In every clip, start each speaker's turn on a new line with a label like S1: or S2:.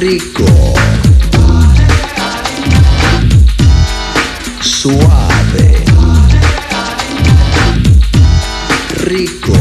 S1: rico. Suave. Rico.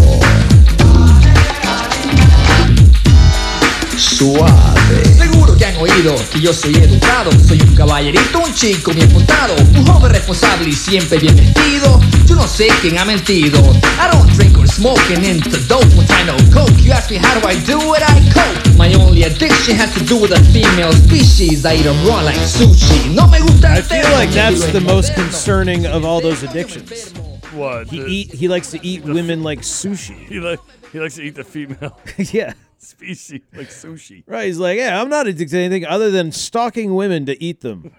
S1: Suave.
S2: Seguro que han oído que yo soy educado, soy un caballerito, un chico bien montado, un joven responsable y siempre bien vestido. Yo no sé quién ha mentido. I don't drink or smoke and into dope when I know coke. You ask me how do I do it, I cope. My only addiction has to do with a female species. I eat 'em raw like sushi. No me gusta el
S3: I feel
S2: tema.
S3: like that's the most concerning of all those addictions.
S4: What?
S3: He
S4: the-
S3: eat he likes to eat women like sushi.
S4: He, li- he likes to eat the female
S3: yeah.
S4: species like sushi.
S3: Right, he's like, yeah, I'm not addicted to anything other than stalking women to eat them.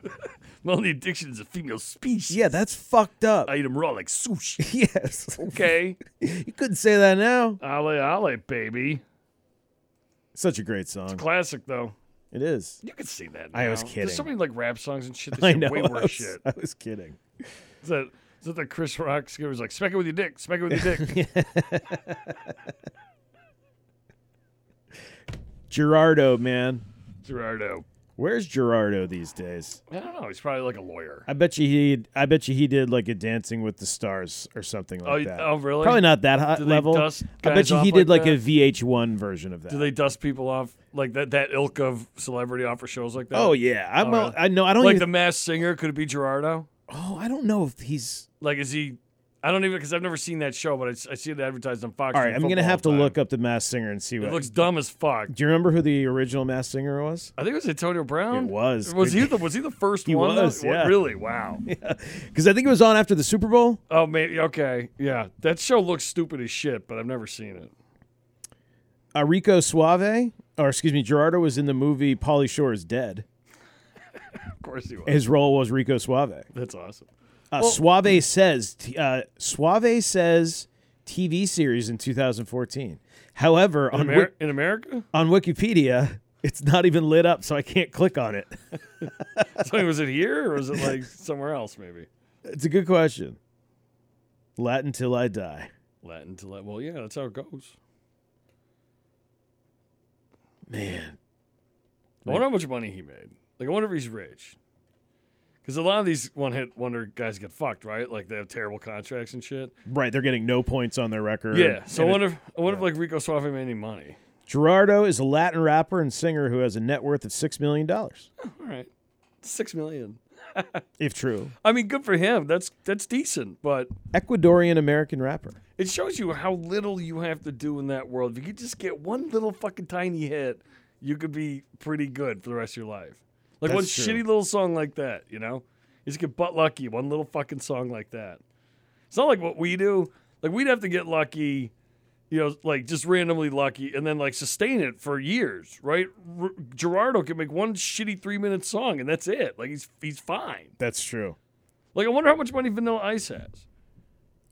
S4: My only addiction is a female species.
S3: Yeah, that's fucked up.
S4: I eat them raw like sushi.
S3: yes.
S4: Okay.
S3: You couldn't say that now.
S4: Ale ale, baby.
S3: Such a great song.
S4: Classic though.
S3: It is.
S4: You can see that.
S3: I was
S4: now.
S3: kidding.
S4: There's so many like rap songs and shit. That
S3: I
S4: say
S3: know.
S4: Way
S3: I
S4: worse
S3: was,
S4: shit.
S3: I was kidding.
S4: Is that is that the Chris Rock skit? Was like smack it with your dick, smack it with your dick.
S3: Gerardo, man.
S4: Gerardo.
S3: Where's Gerardo these days?
S4: I don't know. He's probably like a lawyer.
S3: I bet you he I bet you he did like a Dancing with the Stars or something like
S4: Oh, you-
S3: that.
S4: oh, really?
S3: Probably not that hot
S4: Do they
S3: level.
S4: dust
S3: I
S4: guys
S3: bet you he
S4: off
S3: did
S4: like
S3: like a
S4: that?
S3: VH1 version of that.
S4: Do they dust people off like that? That ilk of celebrity off for shows like that.
S3: oh yeah, I'm.
S4: Oh, really?
S3: I know. I don't
S4: Like the
S3: even.
S4: Masked Singer. Could it be Gerardo?
S3: oh, I don't know if he's.
S4: Like, is he? I don't even because I've never seen that show, but I, s- I see it advertised on Fox.
S3: All right,
S4: during
S3: I'm gonna
S4: football
S3: have to
S4: time.
S3: look up the Mass Singer and see
S4: It
S3: what.
S4: looks dumb as fuck.
S3: Do you remember who the original Mass Singer was?
S4: I think it was Antonio Brown.
S3: It was.
S4: Was he the Was he the first
S3: He
S4: one? though?
S3: was,
S4: Wa-
S3: yeah.
S4: Really? Wow.
S3: Because I think it was on after the Super Bowl.
S4: Oh, maybe. Okay. Yeah. That show looks stupid as shit, but I've never seen it.
S3: Uh, Rico Suave, or excuse me, Gerardo was in the movie Polly Shore is Dead.
S4: Of course he was.
S3: His role was Rico Suave.
S4: That's awesome.
S3: Uh, Suave says t- uh, Suave says TV series in 2014. However, on
S4: Amer-
S3: Wik-
S4: in America,
S3: on Wikipedia, it's not even lit up, so I can't click on it.
S4: so was it here or was it like somewhere else? Maybe
S3: It's a good question. Latin till I die.
S4: Latin to Latin. Well, yeah, that's how it goes.
S3: Man,
S4: I wonder how much money he made. Like, I wonder if he's rich. Because a lot of these one-hit wonder guys get fucked, right? Like they have terrible contracts and shit.
S3: right? They're getting no points on their record.
S4: Yeah. So I
S3: And
S4: wonder. If, I wonder if like Rico Suave made any money.
S3: Gerardo is a Latin rapper and singer who has a net worth of six million dollars,
S4: All right, six million.
S3: if true.
S4: I mean, good for him. That's that's decent, but
S3: Ecuadorian American rapper.
S4: it shows you how little you have to do in that world. If you could just get one little fucking tiny hit, you could be pretty good for the rest of your life. Like one
S3: That's true.
S4: shitty little song like that, you know? You just get butt lucky, one little fucking song like that. It's not like what we do. Like we'd have to get lucky, you know, like just randomly lucky and then like sustain it for years, right? R- Gerardo can make one shitty 3-minute song and that's it. Like he's he's fine.
S3: That's true.
S4: Like I wonder how much money Vanilla Ice has.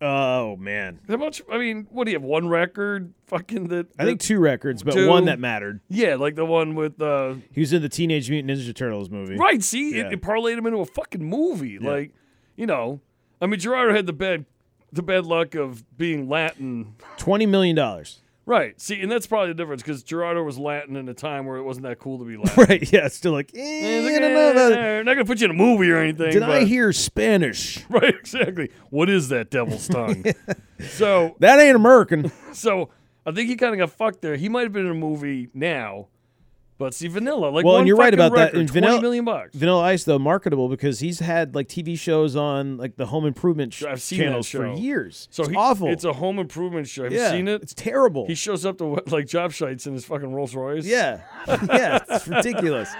S3: Oh man,
S4: How much? I mean, what do you have? One record? Fucking that?
S3: I think
S4: that-
S3: two records, but
S4: Two.
S3: one that mattered.
S4: yeah, like the one with uh,
S3: He was in the Teenage Mutant Ninja Turtles movie.
S4: right. See,
S3: Yeah.
S4: it, it parlayed him into a fucking movie. Like, you know, I mean, Gerardo had the bad, the bad luck of being Latin.
S3: Twenty million dollars.
S4: Right. See, and that's probably the difference because Gerardo was Latin in a time where it wasn't that cool to be Latin.
S3: Right. Yeah. It's still like. eh,
S4: He's
S3: I
S4: like,
S3: don't know about it.
S4: "Eh, not gonna put you in a movie or anything.
S3: Did I
S4: but-"
S3: hear Spanish?
S4: Right. Exactly. What is that devil's tongue? So
S3: That ain't American.
S4: So I think he kind of got fucked there. He might have been in a movie now, but see, Vanilla, like,
S3: Well, and
S4: one
S3: you're right
S4: fucking
S3: about that.
S4: record,
S3: And Vanilla-
S4: twenty million bucks.
S3: Vanilla Ice though marketable because he's had like TV shows on like the home improvement sh-
S4: I've seen that
S3: channels for
S4: show.
S3: years.
S4: so
S3: it's
S4: he,
S3: awful.
S4: It's a home improvement show. Have
S3: yeah,
S4: you seen it?
S3: It's terrible.
S4: he shows up to like job sites in his fucking Rolls Royce.
S3: yeah, yeah, it's ridiculous.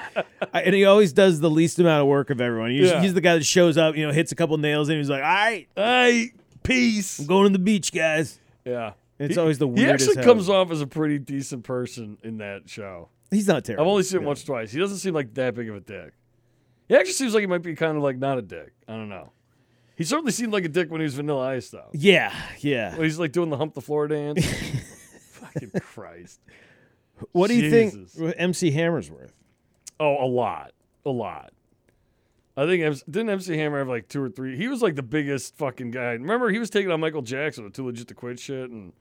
S3: I, and he always does the least amount of work of everyone. He's,
S4: Yeah.
S3: he's the guy that shows up, you know, hits a couple nails, and he's like, "All right,
S4: Hey, peace.
S3: I'm going to the beach, guys."
S4: Yeah.
S3: It's
S4: He-
S3: always the
S4: He
S3: weirdest.
S4: actually
S3: house.
S4: comes off as a pretty decent person in that show.
S3: He's not terrible.
S4: I've only seen him once or twice. He doesn't seem like that big of a dick. He actually seems like he might be kind of like not a dick. I don't know. He certainly seemed like a dick when he was Vanilla Ice, though.
S3: Yeah, yeah.
S4: Well, he's like doing the hump the floor dance. Fucking Christ.
S3: What do you
S4: Jesus.
S3: think? with MC Hammer's worth?
S4: Oh, a lot. A lot. I think MC, didn't MC Hammer have like two or three? He was like the biggest fucking guy. Remember, he was taking on Michael Jackson with Too Legit to Quit shit, and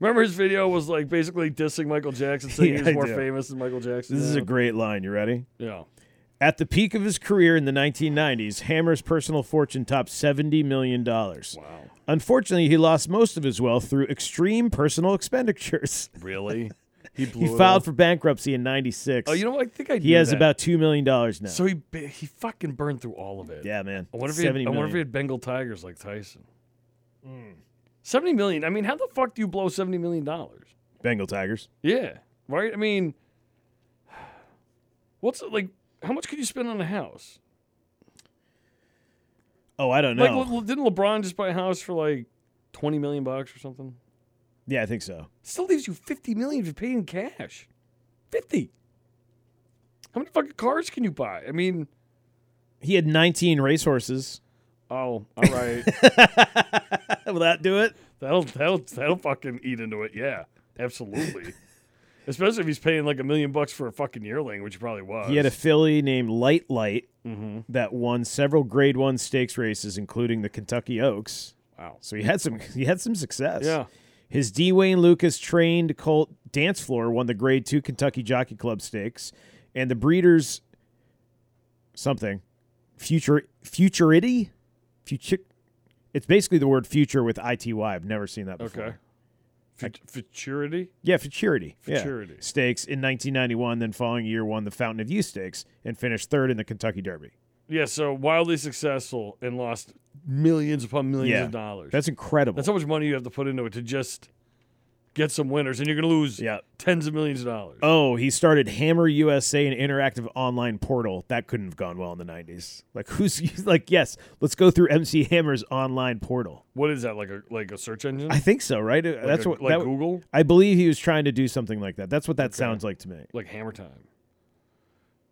S4: Remember his video was like basically dissing Michael Jackson, saying
S3: Yeah,
S4: he
S3: I
S4: was more
S3: do.
S4: famous than Michael Jackson.
S3: This is a
S4: Yeah.
S3: great line. You ready?
S4: yeah.
S3: At the peak of his career in the 1990s, Hammer's personal fortune topped $70 million.
S4: Wow.
S3: Unfortunately, he lost most of his wealth through extreme personal expenditures.
S4: Really? He blew.
S3: He
S4: it
S3: filed
S4: all.
S3: for bankruptcy in 96.
S4: Oh, you know what? I think I.
S3: he
S4: knew
S3: has
S4: that.
S3: about $2 million now.
S4: So he ba- he fucking burned through all of it.
S3: yeah, man.
S4: I wonder if he had,
S3: 70
S4: I wonder if he
S3: million.
S4: had Bengal tigers like Tyson. Seventy million. I mean, how the fuck do you blow seventy million dollars?
S3: Bengal Tigers.
S4: Yeah. Right. I mean, what's like? How much could you spend on a house?
S3: Oh, I don't know.
S4: Like, Le- didn't LeBron just buy a house for like twenty million bucks or something?
S3: yeah, I think so.
S4: Still leaves you fifty million if you pay in cash. Fifty. How many fucking cars can you buy? I mean,
S3: He had 19 racehorses.
S4: oh, all right.
S3: Will that do it?
S4: That'll that'll that'll fucking eat into it. Yeah, absolutely. Especially if he's paying like a million bucks for a fucking yearling, which he probably was. Mm-hmm.
S3: He had a filly named Light Light that won several Grade One stakes races, including the Kentucky Oaks.
S4: wow.
S3: So he had some he had some success.
S4: Yeah.
S3: His Dwayne Lucas trained colt dance floor won the Grade Two Kentucky Jockey Club Stakes, and the Breeders' something future futurity future. It's basically the word future with ity. I've never seen that before.
S4: Okay. Fut- Futurity.
S3: Yeah, Futurity. Yeah.
S4: Futurity.
S3: Stakes in 1991, then following year won the Fountain of Youth Stakes and finished third in the Kentucky Derby.
S4: Yeah. So wildly successful and lost millions upon millions
S3: Yeah.
S4: of dollars.
S3: That's incredible.
S4: That's how much money you have to put into it to just get some winners, and you're gonna lose
S3: Yeah.
S4: tens of millions of dollars.
S3: oh, he started Hammer USA, an interactive online portal. That couldn't have gone well in the 90s. Like, who's like, yes, let's go through MC Hammer's online portal.
S4: what is that like a like a search engine?
S3: I think so, right? That's
S4: a-
S3: what
S4: like
S3: that-
S4: Google?
S3: I believe he was trying to do something like that. That's what that sounds like to me.
S4: like Hammer Time.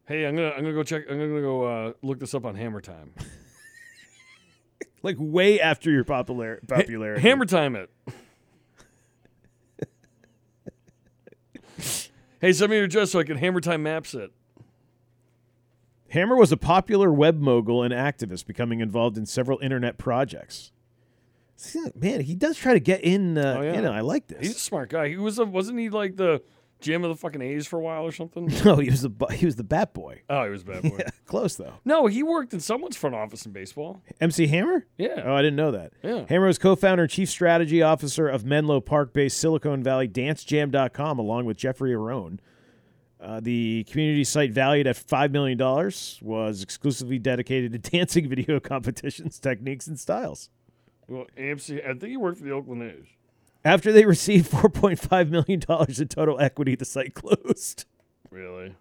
S4: Hey, I'm gonna I'm gonna go check. I'm gonna go uh, look this up on Hammer Time.
S3: Like way after your popular popularity.
S4: Hammer time it. hey, send me your address so I can hammer time maps it.
S3: Hammer was a popular web mogul and activist, becoming involved in several internet projects. See, Man, he does try to get in. Uh,
S4: Oh, yeah.
S3: You know, I like this.
S4: He's a smart guy. He was a, wasn't he like the GM of the fucking A's for a while or something?
S3: no, Oh, he was the bu- he was the bat boy.
S4: oh, he was a bad boy.
S3: Yeah, close though.
S4: No, he worked in someone's front office in baseball.
S3: MC Hammer.
S4: Yeah.
S3: Oh, I didn't know that.
S4: Yeah.
S3: Hammer was co-founder and chief strategy officer of Menlo Park-based Silicon Valley DanceJam.com, along with Jeffrey Arone. Uh, the community site, valued at five million dollars, was exclusively dedicated to dancing video competitions, techniques, and styles.
S4: Well, AMC, I think he worked for the Oakland A's.
S3: After they received $4.5 million in total equity, the site closed.
S4: Really?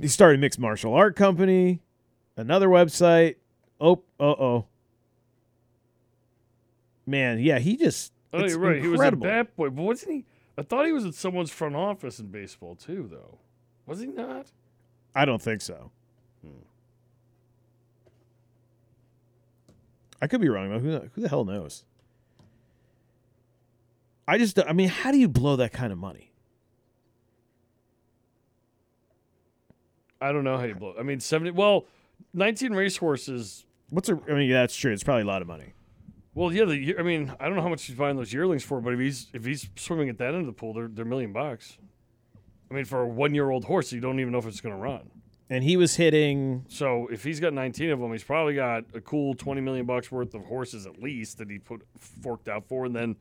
S3: He started a mixed martial art company, another website. Oh, uh oh. Man, yeah, he just.
S4: Oh,
S3: it's
S4: you're right.
S3: Incredible.
S4: He was a bad boy. But wasn't he? I thought he was at someone's front office in baseball too, though. Was he not?
S3: I don't think so. I could be wrong, though. Who, the- who the hell knows? I just, don't- I mean, how do you blow that kind of money?
S4: I don't know how you blow. I mean, seventy. Well, nineteen racehorses
S3: What's a, I mean, that's true. It's probably a lot of money.
S4: Well, yeah, the, year- I mean, I don't know how much he's buying those yearlings for, but if he's if he's swimming at that end of the pool, they're they're a million bucks. I mean, for a one year old horse, you don't even know if it's going to run.
S3: And he was hitting
S4: So if he's got 19 of them, he's probably got a cool 20 million bucks worth of horses at least that he put forked out for, and then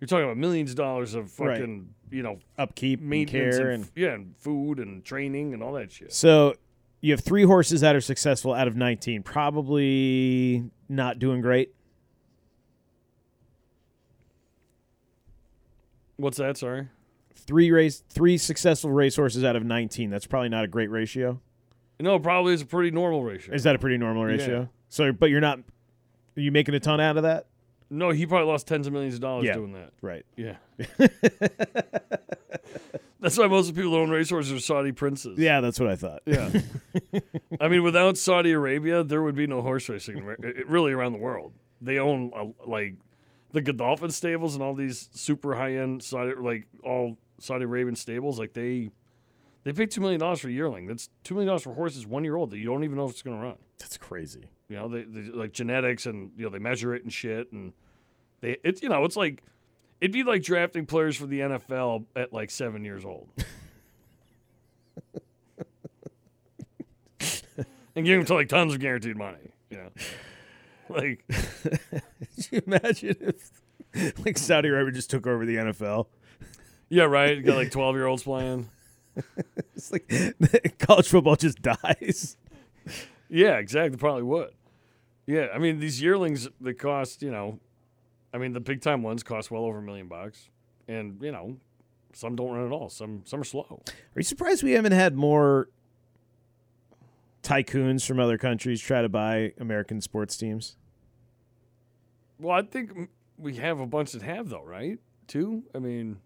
S4: you're talking about millions of dollars of
S3: Right.
S4: fucking you know
S3: upkeep and
S4: maintenance
S3: care
S4: and,
S3: and,
S4: f- yeah, and food and training and all that shit.
S3: so you have three horses that are successful out of 19 probably not doing great
S4: What's that? Sorry.
S3: three race three successful racehorses out of 19 that's probably not a great ratio
S4: No, it probably is a pretty normal ratio.
S3: is that a pretty normal ratio
S4: Yeah.
S3: so but you're not are you making a ton out of that
S4: no, he probably lost tens of millions of dollars
S3: Yeah.
S4: doing that.
S3: right
S4: Yeah. That's why most of the people that own racehorses are Saudi princes.
S3: yeah that's what i thought
S4: Yeah. I mean, without Saudi Arabia, there would be no horse racing in Amer- it- really around the world. They own uh, like the Godolphin stables and all these super high end Saudi, like all Saudi Arabian stables. Like they, they pay two million dollars for a yearling. That's two million dollars for horses one year old that you don't even know if it's going to run.
S3: that's crazy
S4: You know, they, they like genetics and you know they measure it and shit, and they it's you know it's like It'd be like drafting players for the NFL at like seven years old. and giving them to like tons of guaranteed money. You know? Like
S3: Could you imagine if like Saudi Arabia just took over the NFL?
S4: yeah, right. You got like twelve year olds playing.
S3: It's like college football just dies.
S4: Yeah, exactly. Probably would. Yeah, I mean these yearlings that cost you know, I mean the big time ones cost well over a million bucks, and you know, some don't run at all. Some some are slow.
S3: Are you surprised we haven't had more tycoons from other countries try to buy American sports teams?
S4: Well, I think m- we have a bunch that have though, right? Two. I mean,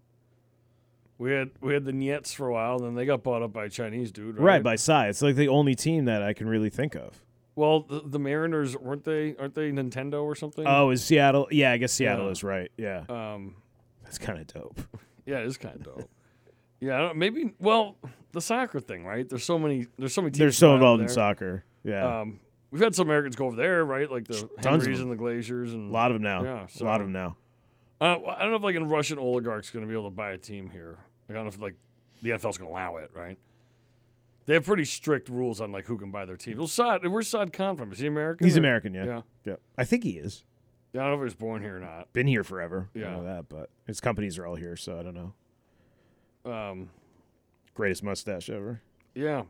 S4: we had we had the Niets for a while, then they got bought up by a Chinese dude, right?
S3: Right, by size. It's like the only team that I can really think of.
S4: well, the, the Mariners weren't they? Aren't they Nintendo or something?
S3: Oh, is Seattle? Yeah, I guess Seattle
S4: Mm-hmm. Yeah.
S3: is right. Yeah,
S4: um,
S3: that's kind of dope.
S4: yeah, it's kind of dope. Yeah, I don't, maybe. Well, the soccer thing, right? There's so many. There's so many. Teams
S3: They're so
S4: around
S3: involved in
S4: there.
S3: soccer. Yeah,
S4: Um, we've had some Americans go over there, right? Like the
S3: of
S4: Henrys
S3: them.
S4: and the Glaziers and
S3: a lot of them now.
S4: yeah,
S3: a lot
S4: so-
S3: of them now.
S4: Uh, well, I don't know if like an Russian oligarch's going to be able to buy a team here. Like, I don't know if like the NFL's going to allow it, right? They have pretty strict rules on like who can buy their team. Well, Saad, where's Saad Khan from? Is he American?
S3: He's
S4: or-
S3: American. Yeah.
S4: Yeah.
S3: Yeah. I think he is.
S4: Yeah, I don't know if he was born here or not.
S3: Been here forever. I
S4: Yeah.
S3: know that, but his companies are all here, so I don't know.
S4: Um,
S3: Greatest mustache ever.
S4: yeah.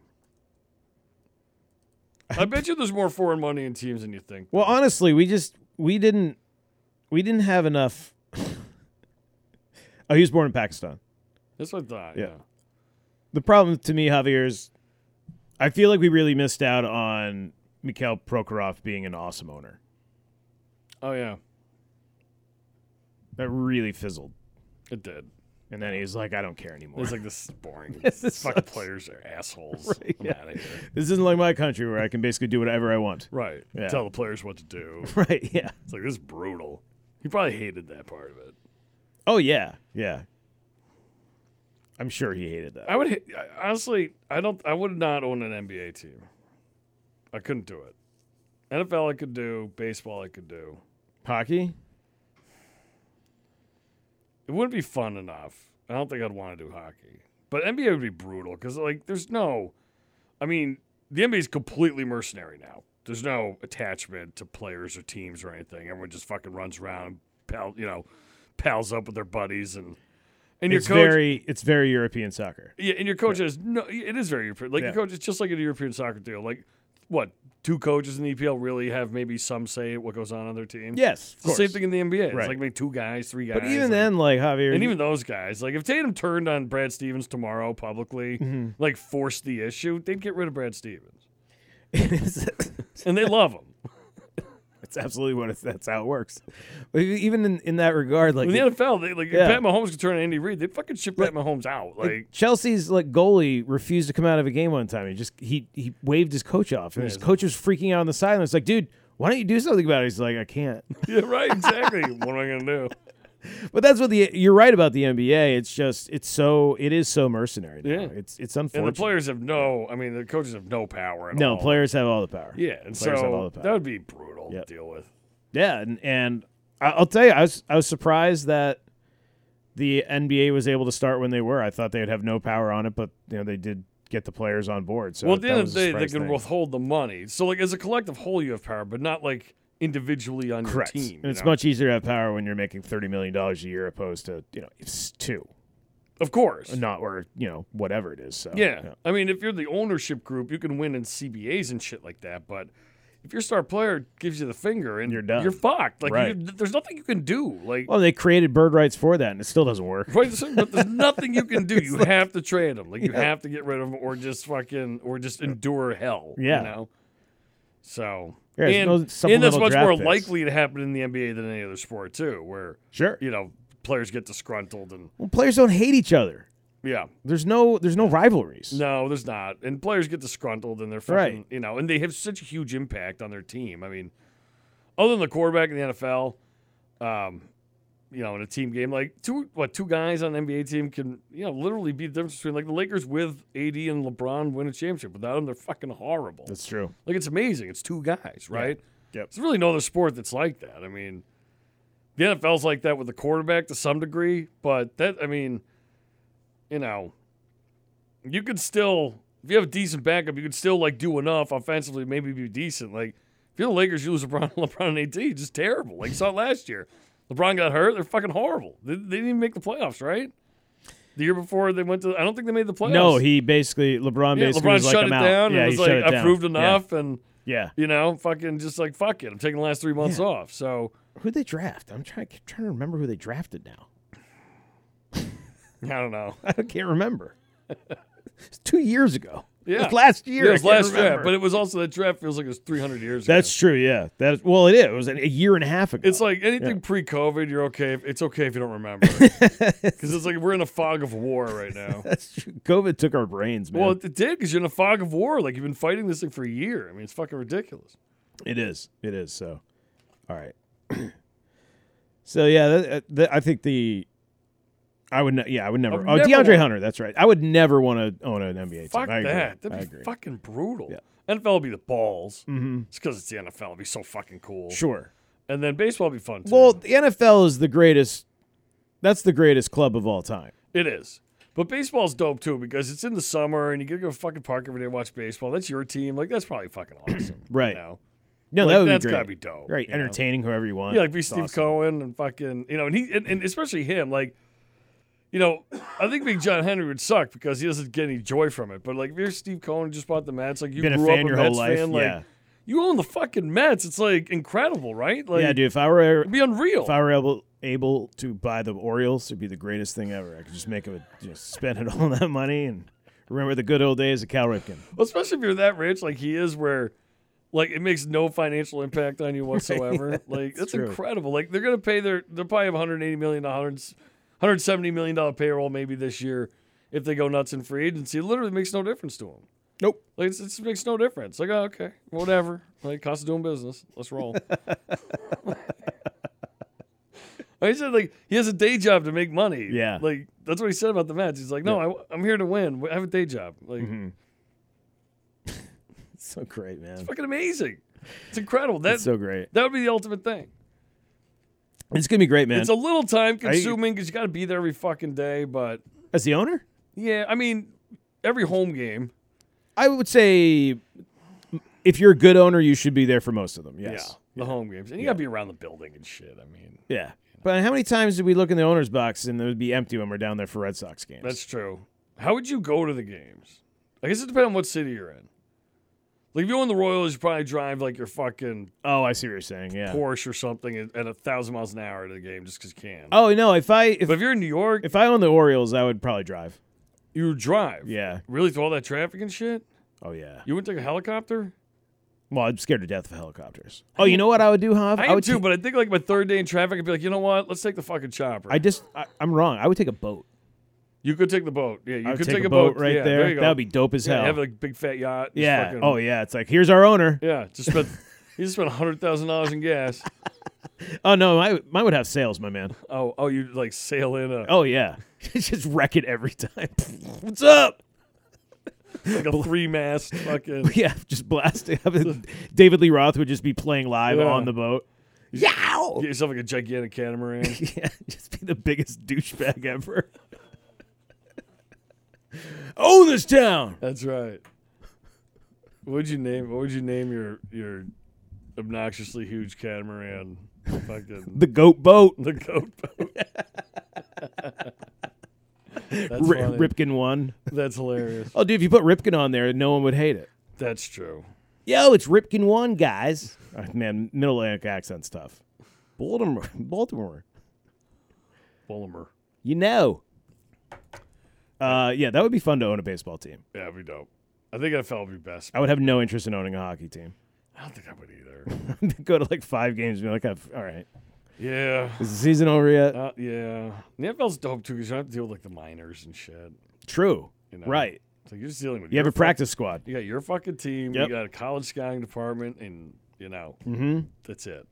S4: I bet you there's more foreign money in teams than you think.
S3: Well, honestly, we just we didn't we didn't have enough. oh, he was born in Pakistan.
S4: That's what I thought.
S3: Yeah.
S4: Yeah.
S3: The problem to me, Javier, is I feel like we really missed out on Mikhail Prokhorov being an awesome owner.
S4: Oh yeah,
S3: That really fizzled,
S4: it did.
S3: and then he's like, "I don't care anymore.
S4: It's like this is boring.
S3: is
S4: Fucking
S3: so-
S4: players are assholes.
S3: Right,
S4: I'm
S3: yeah.
S4: outta here.
S3: this isn't like my country where I can basically do whatever I want."
S4: Right.
S3: Yeah.
S4: Tell the players what to do.
S3: Right? Yeah.
S4: It's like this is brutal. He probably hated that part of it.
S3: Oh yeah, yeah. I'm sure he hated that.
S4: I would ha- I- honestly, I don't. I would not own an NBA team. I couldn't do it. NFL, I could do. Baseball, I could do.
S3: Hockey?
S4: It wouldn't be fun enough. I don't think I'd want to do hockey. But NBA would be brutal because like, there's no. I mean, the NBA is completely mercenary now. There's no attachment to players or teams or anything. Everyone just fucking runs around, pal. You know, pals up with their buddies and and
S3: It's
S4: your coach.
S3: very it's very European soccer.
S4: Yeah, and your coach has no. It is very European. Like
S3: Yeah.
S4: your coach, it's just like a European soccer deal. Like what two coaches in the EPL really have maybe some say at what goes on on their team.
S3: Yes, of
S4: it's the
S3: course.
S4: same thing in the NBA. It's
S3: Right.
S4: like maybe two guys, three guys.
S3: But even
S4: like-
S3: then, like Javier,
S4: and even those guys, like if Tatum turned on Brad Stevens tomorrow publicly, like forced the issue, they'd get rid of Brad Stevens,
S3: it's,
S4: and they love him.
S3: it's absolutely what it, that's how it works. But e- even in, in that regard, like
S4: In the NFL, they like
S3: Yeah.
S4: if Pat Mahomes could turn on Andy Reid, they'd fucking ship Pat Mahomes out. Like
S3: Chelsea's like goalie refused to come out of a game one time. He just he he waved his coach off, and his coach was freaking out on the sideline. It's like, dude, why don't you do something about it? He's like, I can't.
S4: yeah, right, exactly. what am I gonna do?
S3: But that's what the you're right about the NBA. It's just it's so it is so mercenary. Now.
S4: Yeah.
S3: it's it's
S4: And the
S3: unfortunate.
S4: players have no. I mean, the coaches have no power at
S3: no,
S4: all.
S3: players have all the power.
S4: Yeah, and
S3: Players have all the
S4: so
S3: power.
S4: that would be brutal
S3: Yep.
S4: to deal with.
S3: Yeah, and, and I- I'll tell you, I was I was surprised that the NBA was able to start when they were. I thought they'd have no power on it, but you know they did get the players on board. So
S4: well, at the
S3: that
S4: end of
S3: was
S4: the
S3: a
S4: day, they
S3: surprise
S4: can
S3: thing.
S4: withhold the money. So, like as a collective whole, you have power, but not like individually on
S3: correct.
S4: your team.
S3: and
S4: you
S3: it's
S4: know?
S3: much easier to have power when you're making thirty million dollars a year opposed to you know it's two,
S4: of course.
S3: not or you know whatever it is. So
S4: yeah. I mean, if you're the ownership group, you can win in CBAs and shit like that. But if your star player gives you the finger and
S3: You're done.
S4: you're fucked. Like
S3: Right.
S4: you, there's nothing you can do. Like
S3: Well, they created bird rights for that, and it still doesn't work.
S4: Quite the same, but there's nothing you can do. You have to trade them. Like you have to get rid of them, or just fucking, or just endure hell.
S3: Yeah.
S4: You know. So
S3: Yeah, there's
S4: and,
S3: no
S4: and that's
S3: supplemental
S4: much
S3: draft
S4: more
S3: picks.
S4: likely to happen in the NBA than any other sport too, where
S3: Sure.
S4: you know players get disgruntled and
S3: Well, players don't hate each other.
S4: yeah,
S3: There's no there's no rivalries.
S4: no, there's not, and players get disgruntled and they're fucking,
S3: Right.
S4: you know, and they have such a huge impact on their team. I mean, other than the quarterback in the NFL, um, you know, in a team game, like two what two guys on an NBA team can you know literally be the difference between like the Lakers with AD and LeBron win a championship. Without them, they're fucking horrible.
S3: That's true.
S4: like it's amazing. It's two guys, right?
S3: Yep.
S4: There's really no other sport that's like that. I mean, The NFL's like that with the quarterback to some degree, but that I mean, you know, you could still if you have a decent backup, you could still like do enough offensively, maybe be decent. Like if you're the Lakers, you lose LeBron, LeBron and AD, just terrible. Like you saw last year, LeBron got hurt; they're fucking horrible. They, they didn't even make the playoffs, right? The year before they went to, I don't think they made the playoffs.
S3: No, he basically LeBron
S4: yeah,
S3: basically
S4: LeBron
S3: was like,
S4: shut
S3: I'm
S4: it
S3: out.
S4: down
S3: yeah,
S4: and
S3: he
S4: was like,
S3: shut it
S4: I
S3: down.
S4: proved
S3: Yeah.
S4: enough, and
S3: Yeah.
S4: you know, fucking just like fuck it. I'm taking the last three months
S3: Yeah.
S4: off. So
S3: Who they draft? I'm trying trying to remember who they drafted now.
S4: I don't know.
S3: I can't remember. it's two years ago.
S4: Yeah.
S3: It was last year.
S4: Yeah, it
S3: I
S4: was
S3: can't
S4: last
S3: remember.
S4: draft, but it was also that draft feels like it was 300 years ago.
S3: That's true. Yeah. That is, well, it is. It was a year and a half ago.
S4: It's like anything pre-COVID, you're okay. If, it's okay if you don't remember, because it's like we're in a fog of war right now.
S3: That's true. COVID took our brains, man.
S4: well, it, it did because you're in a fog of war. Like you've been fighting this thing for a year. I mean, it's fucking ridiculous.
S3: it is. It is. So, all right. so yeah, that, uh, that- I think the. I would ne- yeah I would never
S4: I've
S3: oh
S4: never
S3: DeAndre
S4: wanted-
S3: Hunter that's right I would never want to own an NBA
S4: Fuck
S3: team I agree.
S4: that.
S3: I
S4: That'd be
S3: agree
S4: fucking brutal.
S3: Yeah.
S4: NFL would be the balls. Mm-hmm. It's because it's the NFL. It'd be so fucking cool.
S3: sure
S4: And then baseball would be fun too.
S3: well the NFL is the greatest that's the greatest club of all time
S4: It is. But baseball's dope too because it's in the summer and you get to go to a fucking park every day and watch baseball. That's your team. Like that's probably fucking awesome.
S3: Right.
S4: You know?
S3: no
S4: Like,
S3: that would
S4: that's
S3: be great
S4: gotta be dope,
S3: right
S4: you know?
S3: entertaining whoever you want
S4: Yeah, like be
S3: It's
S4: Steve
S3: awesome.
S4: Cohen and fucking you know, and he and, and especially him, like you know, I think being John Henry would suck because he doesn't get any joy from it. But like if you're Steve Cohen just bought the Mets, like you
S3: Been a
S4: grew
S3: fan
S4: up
S3: your
S4: a
S3: whole
S4: Mets
S3: life,
S4: fan, like
S3: yeah.
S4: you own the fucking Mets. It's like incredible, right? Like
S3: yeah dude if I were
S4: it'd be unreal.
S3: If I were able able to buy the Orioles, it'd be the greatest thing ever. I could just make a just spend it all that money and remember the good old days of Cal Ripken.
S4: Well, especially if you're that rich, like he is, where like it makes no financial impact on you whatsoever. like that's
S3: true.
S4: incredible. Like they're gonna pay their they'll probably have 180 million dollars, 170 million dollar payroll maybe this year if they go nuts in free agency. It literally makes no difference to them.
S3: Nope.
S4: Like it's, it makes no difference. Like oh, okay, whatever. Like cost of doing business. Let's roll. I said like he has a day job to make money.
S3: Yeah.
S4: Like that's what he said about the Mets. He's like, no, I, am here to win. I have a day job. Like.
S3: It's so great, man.
S4: fucking amazing. It's incredible. That
S3: It's so great.
S4: that would be the ultimate thing.
S3: It's gonna be great, man.
S4: It's a little time consuming because you got to be there every fucking day. But
S3: As the owner,
S4: yeah, I mean, every home game.
S3: I would say if you're a good owner, you should be there for most of them. Yes.
S4: Yeah, the home games, and you got to be around the building and shit. I mean,
S3: Yeah. But how many times did we look in the owner's box and it would be empty when we're down there for Red Sox games?
S4: that's true. How would you go to the games? I guess it depends on what city you're in. Like if you're in the Royals, you probably drive like your fucking
S3: oh, I see what you're saying. Yeah.
S4: Porsche or something at, at a thousand miles an hour to the game just because you can.
S3: Oh no, if I if
S4: but if you're in New York,
S3: if I owned the Orioles, I would probably drive.
S4: you drive.
S3: Yeah.
S4: Really through all that traffic and shit,
S3: Oh yeah.
S4: you wouldn't take a helicopter.
S3: Well, I'm scared to death of helicopters. Oh, you know what I would do, Hav?
S4: I am
S3: would
S4: too,
S3: take-
S4: but I think like my third day in traffic, I'd be like, you know what? Let's take the fucking chopper.
S3: I just I, I'm wrong. I would take a boat.
S4: you could take the boat. Yeah, you
S3: I would
S4: could
S3: take, a boat, right
S4: Yeah,
S3: there.
S4: you go.
S3: That'd be dope as
S4: yeah,
S3: hell.
S4: Have like a big fat yacht. just
S3: yeah.
S4: fucking-
S3: oh yeah. It's like here's our owner.
S4: yeah. Just spent. you just spent hundred thousand dollars in gas.
S3: Oh no, I, mine would have sails, my man.
S4: Oh, oh, you like sail in a
S3: Oh yeah, just wreck it every time. What's up?
S4: like a three mast fucking.
S3: Yeah, just blast it. David Lee Roth would just be playing live
S4: Yeah.
S3: on the boat. Yow!
S4: Get yourself like a gigantic catamaran.
S3: Yeah, just be the biggest douchebag ever. Own this town.
S4: That's right. What would you name? What would you name your your obnoxiously huge catamaran? Fucking
S3: The goat boat.
S4: the goat boat. That's
S3: Ri
S4: funny.
S3: Ripken won.
S4: That's hilarious.
S3: Oh, dude, if you put Ripken on there, no one would hate it.
S4: That's true.
S3: Yo, it's Ripken one, guys. Oh, man, Middle Atlantic accent stuff. Baltimore, Baltimore.
S4: Bullimer.
S3: You know. Uh, yeah, that would be fun to own a baseball team.
S4: Yeah, it'd be dope. I think NFL would be best.
S3: I would have no interest in owning a hockey team.
S4: I don't think I would either.
S3: Go to like five games and be like, I've, all right,
S4: yeah.
S3: is the season over yet?
S4: Uh, yeah. The NFL's dope too because you don't have to deal with like the minors and shit.
S3: True.
S4: You know?
S3: Right.
S4: So you're just dealing with
S3: You have
S4: your
S3: a
S4: fuck-
S3: practice squad.
S4: You got your fucking team.
S3: Yep.
S4: You got a college scouting department, and you know
S3: Mm-hmm.
S4: that's it.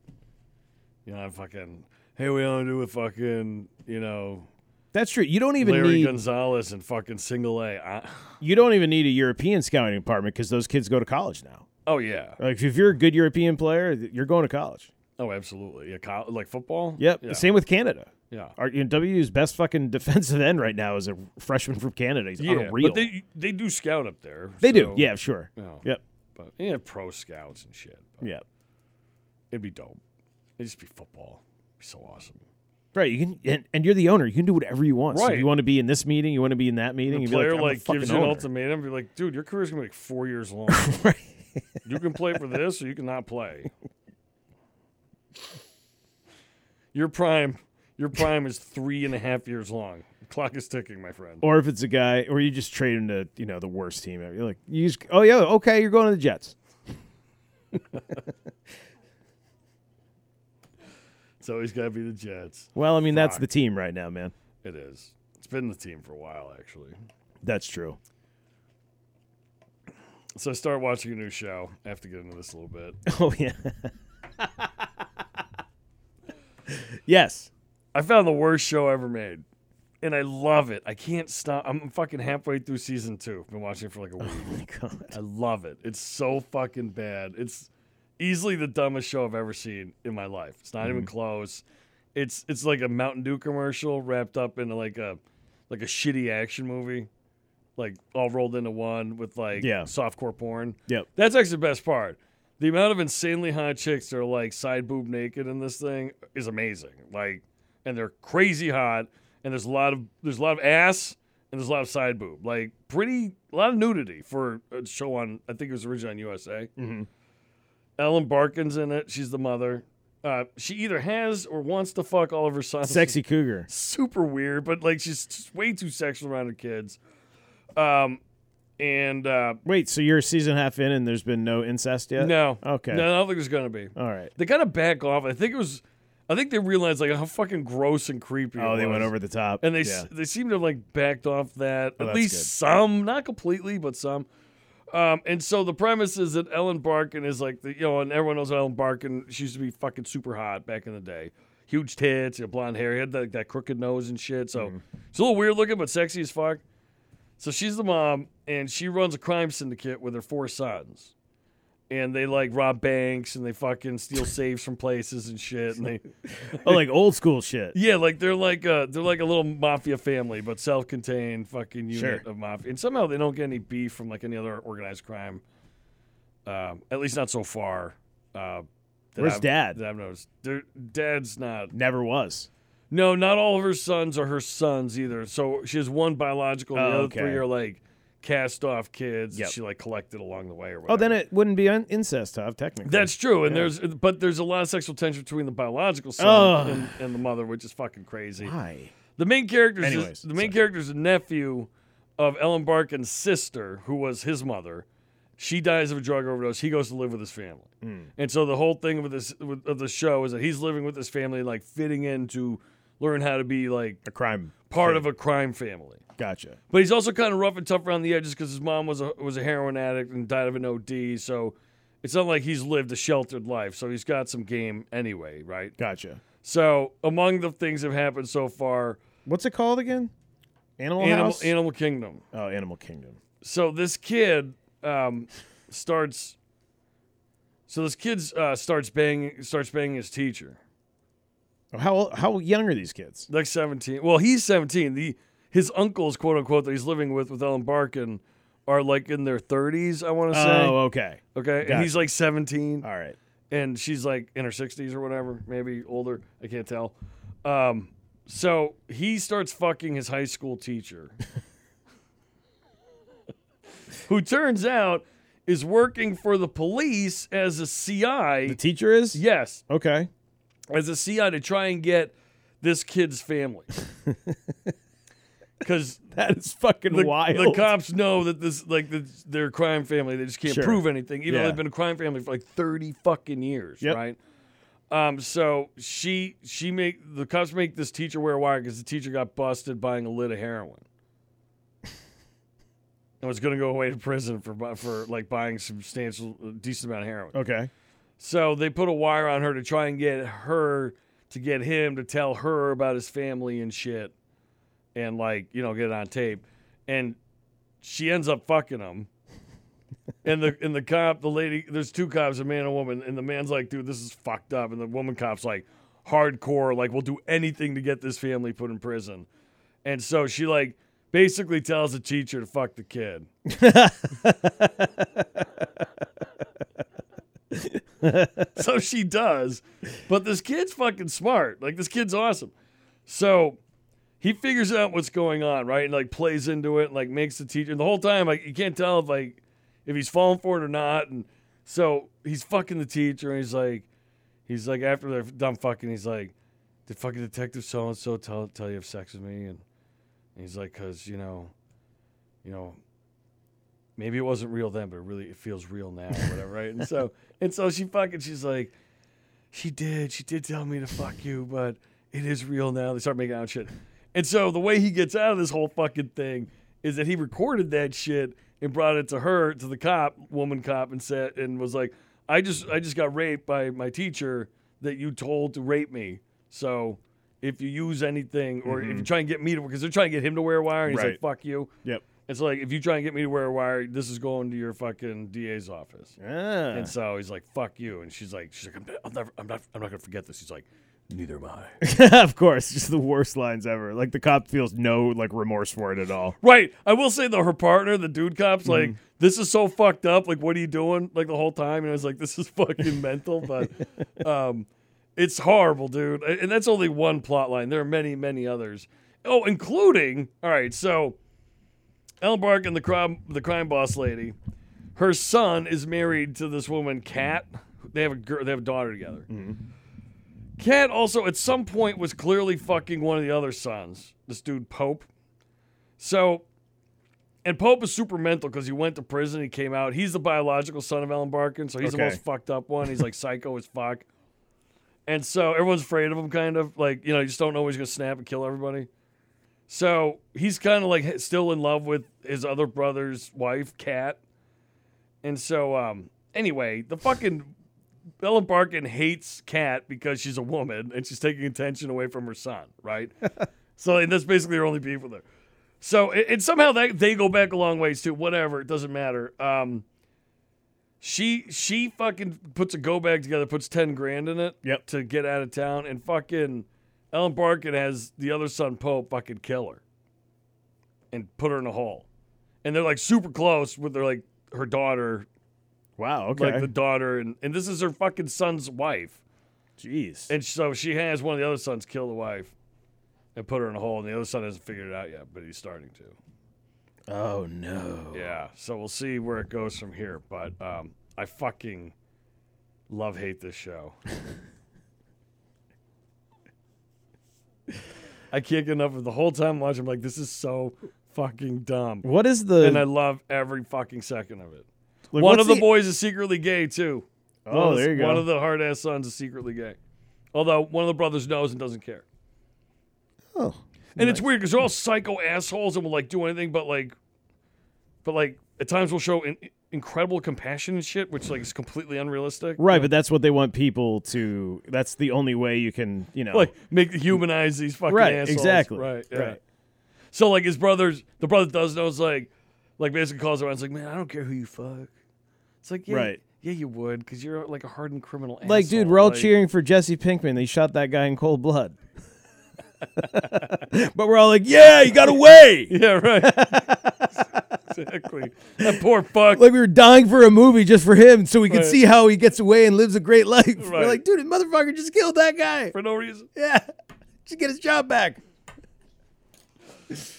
S4: You know, I'm fucking. Hey, we only do with fucking. You know,
S3: That's true. You don't even
S4: Larry
S3: need
S4: Gonzalez and fucking single A. I,
S3: you don't even need a European scouting department because those kids go to college now.
S4: oh yeah.
S3: Like if you're a good European player, th- you're going to college.
S4: Oh, absolutely. Yeah, co- like football.
S3: Yep.
S4: Yeah.
S3: The Same with Canada.
S4: Yeah.
S3: Our you know, WU's best fucking defensive end right now is a freshman from Canada. He's
S4: Yeah,
S3: unreal.
S4: but they they do scout up there.
S3: They do.
S4: so-
S3: Yeah, sure.
S4: No.
S3: Yep.
S4: but yeah, pro scouts and shit. But
S3: Yep.
S4: it'd be dope. It'd just be football. It'd be so awesome.
S3: Right. You can and, and you're the owner. You can do whatever you want. So if
S4: Right.
S3: you want to be in this meeting, you want to be in that meeting,
S4: The
S3: you'd
S4: player
S3: be like, I'm
S4: like
S3: the
S4: gives
S3: fucking
S4: you an
S3: owner.
S4: ultimatum. Be like, dude, your career's gonna be like four years long. You can play for this, or you cannot play. Your prime, your prime is three and a half years long. The clock is ticking, my friend.
S3: Or if it's a guy, or you just trade him to, you know, the worst team ever. You're like, you just, oh yeah, okay, you're going to the Jets.
S4: It's always got to be the Jets.
S3: Well, I mean, that's
S4: Fuck.
S3: the team right now, man.
S4: It is. It's been the team for a while, actually.
S3: That's true.
S4: So I start watching a new show. I have to get into this a little bit.
S3: Oh yeah. yes.
S4: I found the worst show ever made, and I love it. I can't stop. I'm fucking halfway through season two. Been watching it for like a week.
S3: My God.
S4: I love it. It's so fucking bad. It's easily the dumbest show I've ever seen in my life. It's not even close. It's it's like a Mountain Dew commercial wrapped up into like a like a shitty action movie. Like all rolled into one with like
S3: Yeah.
S4: softcore porn.
S3: Yep.
S4: That's actually the best part. The amount of insanely hot chicks that are like side boob naked in this thing is amazing. Like, and they're crazy hot, and there's a lot of there's a lot of ass and there's a lot of side boob. Like, pretty a lot of nudity for a show on. I think it was originally on USA. Mm-hmm. Ellen Barkin's in it. She's the mother. Uh, she either has or wants to fuck all of her sons
S3: Sexy cougar.
S4: super weird, but like she's just way too sexual around her kids. Um, and uh,
S3: Wait, so you're a season half in and there's been no incest yet?
S4: no,
S3: Okay. Oh.
S4: no, I don't think there's gonna be.
S3: All right.
S4: They kind of back off. I think it was, I think they realized like how fucking gross and creepy.
S3: Oh,
S4: it
S3: they went
S4: was.
S3: over the top.
S4: and they
S3: yeah.
S4: s they seem to have like backed off that at
S3: that's
S4: least
S3: good.
S4: some, not completely, but some. Um, and so the premise is that Ellen Barkin is like the you know, and everyone knows Ellen Barkin. She used to be fucking super hot back in the day, huge tits, you know, blonde hair, had that, that crooked nose and shit. So
S3: Mm-hmm.
S4: she's a little weird looking, but sexy as fuck. So she's the mom, and she runs a crime syndicate with her four sons. And they like rob banks and they fucking steal safes from places and shit. And they
S3: oh, like old school shit.
S4: yeah, like they're like uh they're like a little mafia family, but self-contained fucking unit
S3: Sure.
S4: of mafia. And somehow they don't get any beef from like any other organized crime. Um, at least not so far. Uh, that
S3: Where's
S4: I've-
S3: dad?
S4: That I've noticed. Their dad's not.
S3: Never was.
S4: No, not all of her sons are her sons either. So she has one biological. and the
S3: Oh,
S4: other
S3: okay.
S4: three are like cast-off kids. that
S3: Yep.
S4: She like collected along the way or whatever.
S3: Oh, then it wouldn't be un- incest, huh? Technically.
S4: That's true, and there's but there's a lot of sexual tension between the biological son
S3: Ugh.
S4: and, and the mother, which is fucking crazy.
S3: why.
S4: The main character is
S3: Anyways,
S4: the main character is a nephew of Ellen Barkin's sister, who was his mother. She dies of a drug overdose. He goes to live with his family,
S3: Hmm.
S4: and so the whole thing with this with, of the show is that he's living with his family, like fitting in to learn how to be like
S3: A crime.
S4: part of a crime family.
S3: Gotcha.
S4: But he's also kind of rough and tough around the edges because his mom was a was a heroin addict and died of an OD. So it's not like he's lived a sheltered life. So he's got some game anyway, right?
S3: Gotcha.
S4: So among the things that have happened so far,
S3: What's it called again? Animal,
S4: Animal,
S3: House.
S4: Animal Kingdom.
S3: oh, Animal Kingdom.
S4: So this kid um, starts. So this kid uh, starts banging starts banging his teacher,
S3: Oh, How old- how young are these kids?
S4: like seventeen. Well, he's seventeen. The his uncles, quote unquote, that he's living with with Ellen Barkin, are like in their thirties. I want to say.
S3: Oh, okay.
S4: Okay, and he's like seventeen,
S3: All right.
S4: and she's like in her sixties or whatever, maybe older. I can't tell. Um, so he starts fucking his high school teacher, who turns out is working for the police as a
S3: The
S4: CI.
S3: teacher is.
S4: Yes,
S3: Okay.
S4: as a CI to try and get this kid's family, because
S3: That is fucking
S4: the,
S3: wild.
S4: the cops know that this like the, their crime family they just can't
S3: Sure.
S4: prove anything even though
S3: Yeah.
S4: they've been a crime family for like 30 fucking years
S3: Yep.
S4: right um so she she make the cops make this teacher wear a wire because the teacher got busted buying a lid of heroin and was going to go away to prison for bu- for like buying substantial uh, decent amount of heroin
S3: okay.
S4: so they put a wire on her to try and get her to get him to tell her about his family and shit and like, you know, get it on tape. And she ends up fucking him. And the and the cop, the lady, there's two cops, a man and a woman, and the man's like, dude, this is fucked up. And the woman cop's like, hardcore, like, we'll do anything to get this family put in prison. And so she like basically tells the teacher to fuck the kid. so she does. But this kid's fucking smart. Like this kid's awesome. So he figures out what's going on, right? And like plays into it, and, like makes the teacher. And the whole time, like you can't tell if like if he's falling for it or not. And so he's fucking the teacher, and he's like, he's like after they're done fucking, he's like, did fucking detective so and so tell tell you have sex with me? And he's like, cause you know, you know, maybe it wasn't real then, but it really it feels real now, or whatever, right? And so and so she fucking she's like, she did, she did tell me to fuck you, but it is real now. They start making out and shit. And so the way he gets out of this whole fucking thing is that he recorded that shit and brought it to her, to the cop, woman cop, and said and was like, I just I just got raped by my teacher that you told to rape me. So if you use anything or if you try and get me to because they're trying to get him to wear a wire and he's
S3: Right.
S4: like, fuck you.
S3: Yep.
S4: It's like if you try and get me to wear a wire, this is going to your fucking DA's office.
S3: Ah.
S4: And so he's like, "Fuck you," and she's like, "She's like, I'm, I'm never, I'm not, I'm not gonna forget this." He's like, "Neither am I."
S3: of course, just the worst lines ever. Like the cop feels no like remorse for it at all.
S4: right. I will say though, her partner, the dude cops, like, this is so fucked up. Like, what are you doing? Like the whole time, and I was like, this is fucking mental. But, um, it's horrible, dude. And and that's only one plot line. There are many, many others. Oh, including all right. So, Ellen Bark and the crime, the crime boss lady, her son is married to this woman, Kat. They have a girl. They have a daughter together. Kat also at some point was clearly fucking one of the other sons, this dude Pope. So, and Pope is super mental because he went to prison. He came out. He's the biological son of Ellen Barkin, so he's the
S3: Okay.
S4: most fucked up one. He's like psycho as fuck. And so everyone's afraid of him, kind of like you know, you just don't know he's gonna snap and kill everybody. So he's kind of like still in love with his other brother's wife, Kat. And so, um, anyway, the fucking Ellen Barkin hates Kat because she's a woman and she's taking attention away from her son, right? so and that's basically her only beef with her. So and, and somehow that they go back a long ways too. Whatever, it doesn't matter. Um, she she fucking puts a go bag together, puts ten grand in it
S3: Yep.
S4: to get out of town, and fucking Ellen Barkin has the other son Pope fucking kill her and put her in a hole, and they're like super close with their like her daughter,
S3: Wow. Okay.
S4: like the daughter, and and this is her fucking son's wife.
S3: Jeez.
S4: And so she has one of the other sons kill the wife and put her in a hole, and the other son hasn't figured it out yet, but he's starting to.
S3: oh no.
S4: Yeah. So we'll see where it goes from here. But um, I fucking love hate this show. I can't get enough of it. the whole time watching. I'm like, this is so fucking dumb,
S3: What is
S4: and I
S3: the?
S4: love every fucking second of it.
S3: like,
S4: one
S3: what's
S4: of the, boys is secretly gay too.
S3: Oh,
S4: One of the-
S3: there you go.
S4: One of the hard ass sons is secretly gay, although one of the brothers knows and doesn't care.
S3: Oh.
S4: And it's weird because they're all psycho assholes and will like do anything, but like, but like at times will show in, incredible compassion and shit, which like is completely unrealistic.
S3: Right, but that's what they want people to. That's the only way you can, you know.
S4: Like make humanize these fucking
S3: Right,
S4: assholes.
S3: exactly.
S4: Right. Yeah.
S3: Right.
S4: So like his brothers, the brother does know. It's like, like basically calls around. It's like, man, I don't care who you fuck. It's like, yeah,
S3: Right.
S4: yeah, you would because you're like a hardened criminal.
S3: like, dude,
S4: asshole.
S3: we're all
S4: Like-
S3: cheering for Jesse Pinkman. They shot that guy in cold blood. but we're all like, yeah, he got away.
S4: Yeah, right. exactly. That poor fuck.
S3: like we were dying for a movie just for him, so we could
S4: Right.
S3: see how he gets away and lives a great life.
S4: Right.
S3: We're like, dude, the motherfucker just killed that guy.
S4: for no reason.
S3: Yeah, just get his job back.
S4: Oh. So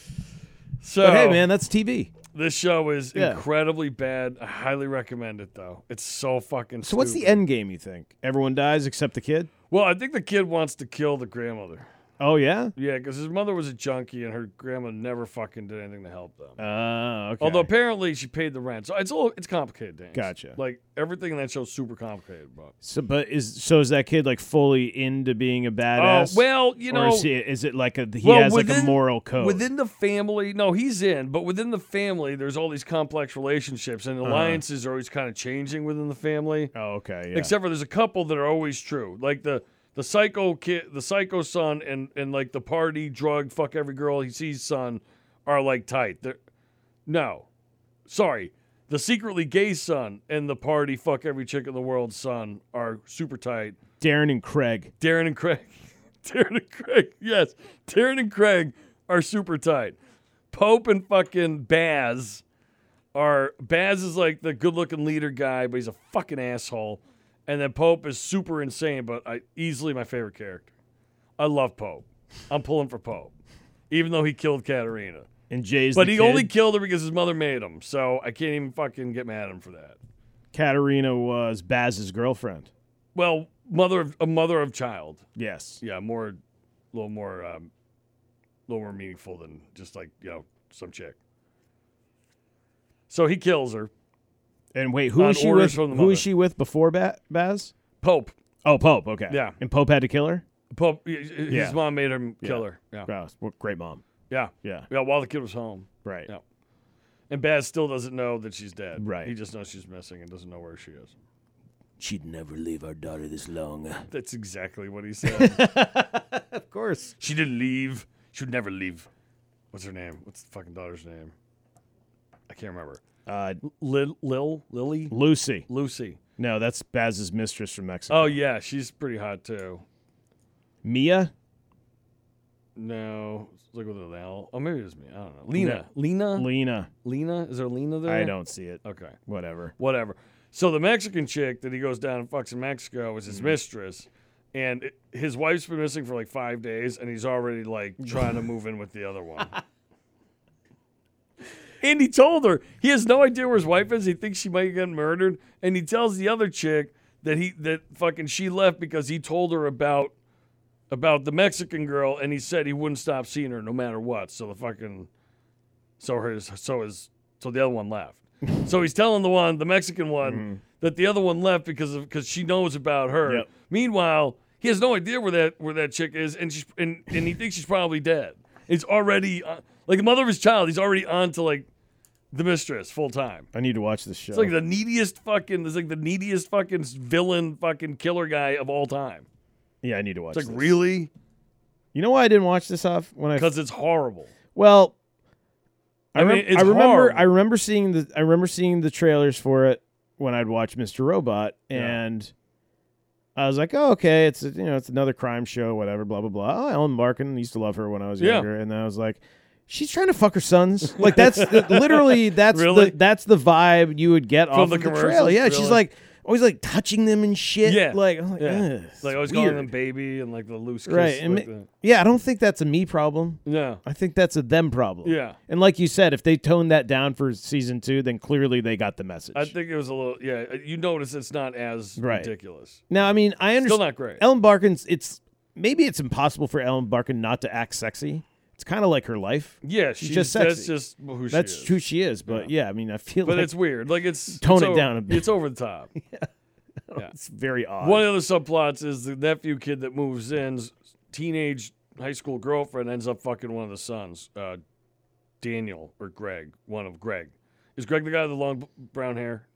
S3: But hey, man, that's TV.
S4: this show is
S3: Yeah.
S4: incredibly bad. I highly recommend it though. It's so fucking.
S3: So what's the
S4: stupid.
S3: end game? You think everyone dies except the kid?
S4: Well, I think the kid wants to kill the grandmother.
S3: Oh yeah.
S4: Yeah, because his mother was a junkie and her grandma never fucking did anything to help them.
S3: Oh, okay.
S4: Although apparently she paid the rent, so it's a little, it's complicated. Dan.
S3: Gotcha.
S4: Like everything in that show's super complicated, but
S3: So, but is so is that kid like fully into being a
S4: oh
S3: badass?
S4: well, you know,
S3: or is, he, is it like a he
S4: Well,
S3: has like
S4: within-
S3: a moral code?
S4: Within the family, no, he's in, but within the family, there's all these complex relationships
S3: Uh-huh.
S4: and alliances are always kind of changing within the family.
S3: oh, okay, yeah.
S4: Except for there's a couple that are always true, like the the psycho kid, the psycho son, and and like the party drug fuck every girl he sees son, are like tight. They're no, sorry, the secretly gay son and the party fuck every chick in the world son are super tight.
S3: Darren and Craig.
S4: Darren and Craig. Darren and Craig. Yes. Darren and Craig are super tight. Pope and fucking Baz are Baz is like the good looking leader guy, but he's a fucking asshole. And then Pope is super insane, but I easily my favorite character. I love Pope. I'm pulling for Pope. Even though he killed Katarina.
S3: And Jay's
S4: But
S3: the
S4: he
S3: kid.
S4: only killed her because his mother made him, so I can't even fucking get mad at him for that.
S3: Katarina was Baz's girlfriend.
S4: Well, mother of a mother of child.
S3: Yes.
S4: yeah, more, a little more, um, a little more meaningful than just like you know some chick. So he kills her.
S3: And wait, who
S4: On
S3: is she
S4: orders
S3: with?
S4: from the
S3: Who
S4: mother.
S3: is she with before ba- Baz?
S4: Pope,
S3: Oh, Pope. Okay.
S4: Yeah.
S3: And Pope had to kill her.
S4: Pope, y- y- his
S3: Yeah.
S4: mom made him kill her. Yeah,
S3: Wow, well, great mom.
S4: yeah,
S3: Yeah.
S4: yeah. While the kid was home,
S3: Right.
S4: Yeah. and Baz still doesn't know that she's dead.
S3: Right.
S4: He just knows she's missing and doesn't know where she is.
S1: She'd never leave our daughter this long.
S4: That's exactly what he said.
S3: Of course.
S4: she didn't leave. She would never leave. What's her name? What's the fucking daughter's name? I can't remember.
S3: Uh,
S4: Lil, Lil, Lily,
S3: Lucy.
S4: Lucy.
S3: No, that's Baz's mistress from Mexico.
S4: Oh yeah, she's pretty hot too.
S3: Mia.
S4: No, look with an L. Oh, maybe it was me. I don't know. Lena, Lena,
S3: Lena.
S4: Lena. Is there a Lena there?
S3: I don't see it.
S4: uh, Okay,
S3: Whatever.
S4: whatever. So the Mexican chick that he goes down and fucks in Mexico is his mistress, and it- his wife's been missing for like five days, and he's already like trying to move in with the other one. And he told her he has no idea where his wife is. He thinks she might have gotten murdered, and he tells the other chick that he that fucking she left because he told her about about the Mexican girl, and he said he wouldn't stop seeing her no matter what. So the fucking so his so his so the other one left. so he's telling the one the Mexican one that the other one left because of because she knows about her.
S3: Mm-hmm. Yep.
S4: Meanwhile, he has no idea where that where that chick is, and she's and, and he thinks she's probably dead. It's already uh, like the mother of his child. He's already on to like the mistress full time.
S3: I need to watch this show.
S4: It's like the neediest fucking. It's like the neediest fucking villain, fucking killer guy of all time.
S3: yeah, I need to watch.
S4: It's
S3: this.
S4: like really
S3: You know why I didn't watch this off when I
S4: because it's horrible.
S3: Well, I,
S4: I mean,
S3: rem-
S4: it's
S3: I remember
S4: hard.
S3: I remember seeing the I remember seeing the trailers for it when I'd watch Mr. Robot and I was like, "Oh, okay, it's a, you know, it's another crime show, whatever, blah blah blah." Oh, Ellen Barkin used to love her when I was
S4: Yeah.
S3: younger and I was like, "She's trying to fuck her sons." Like that's the, literally that's
S4: Really?
S3: the that's the vibe you would get off
S4: the
S3: of the trailer.
S4: commercials?
S3: Yeah,
S4: Really?
S3: she's like always like touching them and shit.
S4: Yeah,
S3: Like I'm like,
S4: yeah.
S3: "Ugh, it's
S4: like always calling
S3: weird."
S4: them baby and like the loose kiss.
S3: Right. and
S4: like
S3: ma-
S4: the-
S3: yeah, I don't think that's a me problem.
S4: no,
S3: I think that's a them problem.
S4: Yeah.
S3: And like you said, if they toned that down for season two, then clearly they got the message.
S4: I think it was a little. Yeah, uh, you notice it's not as
S3: Right.
S4: ridiculous.
S3: now, I mean, I
S4: Still
S3: understand.
S4: not great.
S3: Ellen Barkin's. It's maybe it's impossible for Ellen Barkin not to act sexy. It's kind of like her life.
S4: yeah, she's,
S3: she's just
S4: that's
S3: sexy.
S4: just who she
S3: That's
S4: is.
S3: who she is. But yeah, I mean, I feel
S4: But
S3: like
S4: it's weird. Like it's
S3: Tone
S4: it's
S3: it
S4: over-
S3: down a bit.
S4: It's over the top.
S3: it's very odd.
S4: One of the other subplots is the nephew kid that moves in's teenage high school girlfriend ends up fucking one of the sons, uh, Daniel or Greg, one of Greg. Is Greg the guy with the long b- brown hair?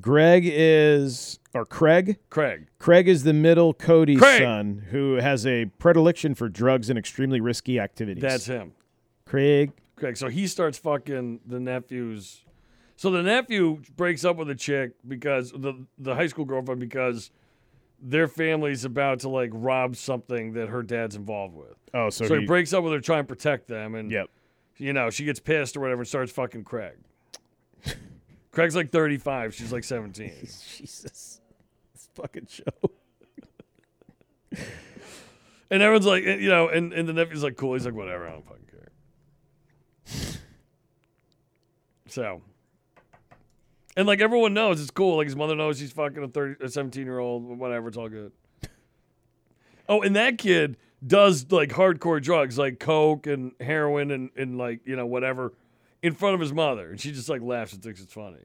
S3: Greg is or Craig.
S4: Craig.
S3: Craig is the middle Cody's
S4: Craig!
S3: son who has a predilection for drugs and extremely risky activities.
S4: That's him.
S3: Craig.
S4: Craig. So he starts fucking the nephew's. So the nephew breaks up with a chick because the the high school girlfriend because their family's about to like rob something that her dad's involved with.
S3: Oh, so,
S4: So
S3: he,
S4: he breaks up with her, trying to protect them, and
S3: Yep.
S4: you know, she gets pissed or whatever and starts fucking Craig. Craig's like 35, she's like 17.
S3: Jesus. This fucking show.
S4: And everyone's like, eh, you know, and, and the nephew's like, cool. He's like, whatever, I don't fucking care. so. And like everyone knows it's cool. Like his mother knows he's fucking a 30, a 17 year old, whatever, it's all good. Oh, and that kid does like hardcore drugs, like coke and heroin and, and like, you know, whatever, in front of his mother. And she just like laughs and thinks it's funny.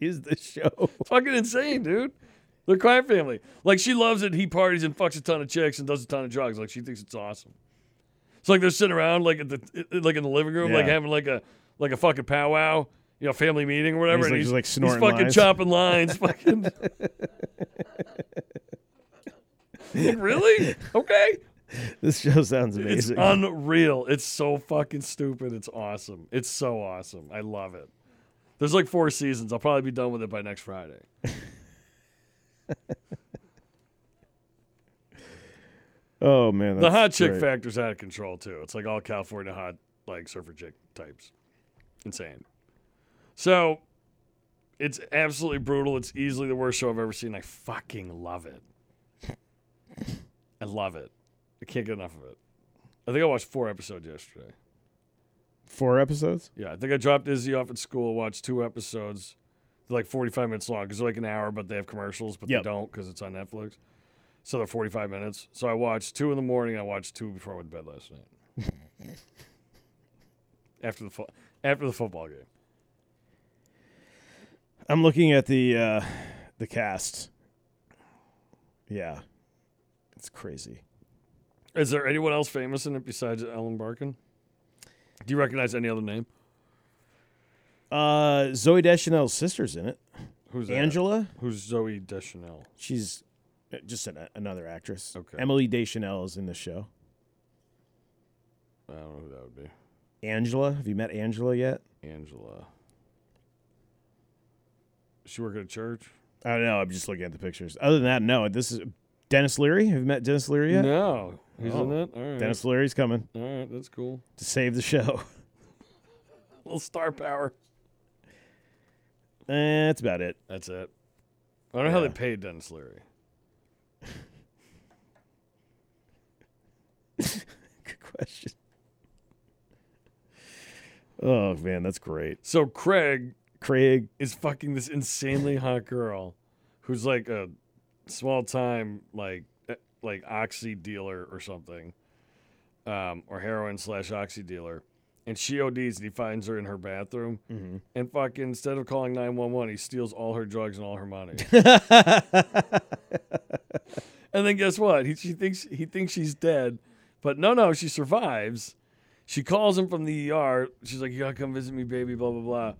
S3: Is this show?
S4: fucking insane, dude. The crime family. Like she loves it. He parties and fucks a ton of chicks and does a ton of drugs. Like she thinks it's awesome. So like they're sitting around like at the like in the living room, like
S3: Yeah.
S4: having like a like a fucking powwow, you know, family meeting or whatever.
S3: He's,
S4: and
S3: like, just, like, snorting
S4: he's fucking
S3: lines.
S4: chopping lines, fucking. Like, really? Okay.
S3: This show sounds
S4: It's
S3: amazing.
S4: unreal. It's so fucking stupid. It's awesome. It's so awesome. I love it. There's like four seasons. I'll probably be done with it by next Friday.
S3: oh man,
S4: The
S3: that's
S4: hot chick
S3: great.
S4: factor's out of control too. It's like all California hot like surfer chick types. Insane. So it's absolutely brutal. It's easily the worst show I've ever seen. I fucking love it. I love it. I can't get enough of it. I think I watched four episodes yesterday.
S3: Four episodes.
S4: Yeah, I think I dropped Izzy off at school, watched two episodes. They're like 45 minutes long because they're like an hour, but they have commercials, but
S3: Yep.
S4: they don't because it's on Netflix. So they're 45 minutes. So I watched two in the morning. I watched two before I went to bed last night. after the fo- after the football game.
S3: I'm looking at the uh, the cast. Yeah, it's crazy.
S4: Is there anyone else famous in it besides Ellen Barkin? Do you recognize any other name?
S3: Uh, Zoe Deschanel's sister's in it.
S4: Who's that?
S3: Angela.
S4: Who's Zoe Deschanel?
S3: She's uh, just an, another actress.
S4: Okay.
S3: Emily Deschanel is in the show.
S4: I don't know who that would be.
S3: Angela. Have you met Angela yet?
S4: Angela. Does she work at a church?
S3: I don't know. I'm just looking at the pictures. Other than that, no. This is Dennis Leary. Have you met Dennis Leary yet?
S4: No, he's in
S3: Oh.
S4: it. All right,
S3: Dennis Leary's coming
S4: all right, that's cool.
S3: to save the show.
S4: little star power.
S3: Eh, That's about it.
S4: That's it. I don't know how they
S3: Yeah.
S4: paid Dennis Leary.
S3: Good question. Oh man, that's great.
S4: So Craig
S3: Craig,
S4: is fucking this insanely hot girl, who's like a small time like eh, like oxy dealer or something, um, or heroin slash oxy dealer. And she ODs and he finds her in her bathroom. And fucking, instead of calling 911, he steals all her drugs and all her money. And then guess what? He she thinks he thinks she's dead, but no, no, she survives. She calls him from the ER. She's like, "You gotta come visit me, baby." Blah blah blah.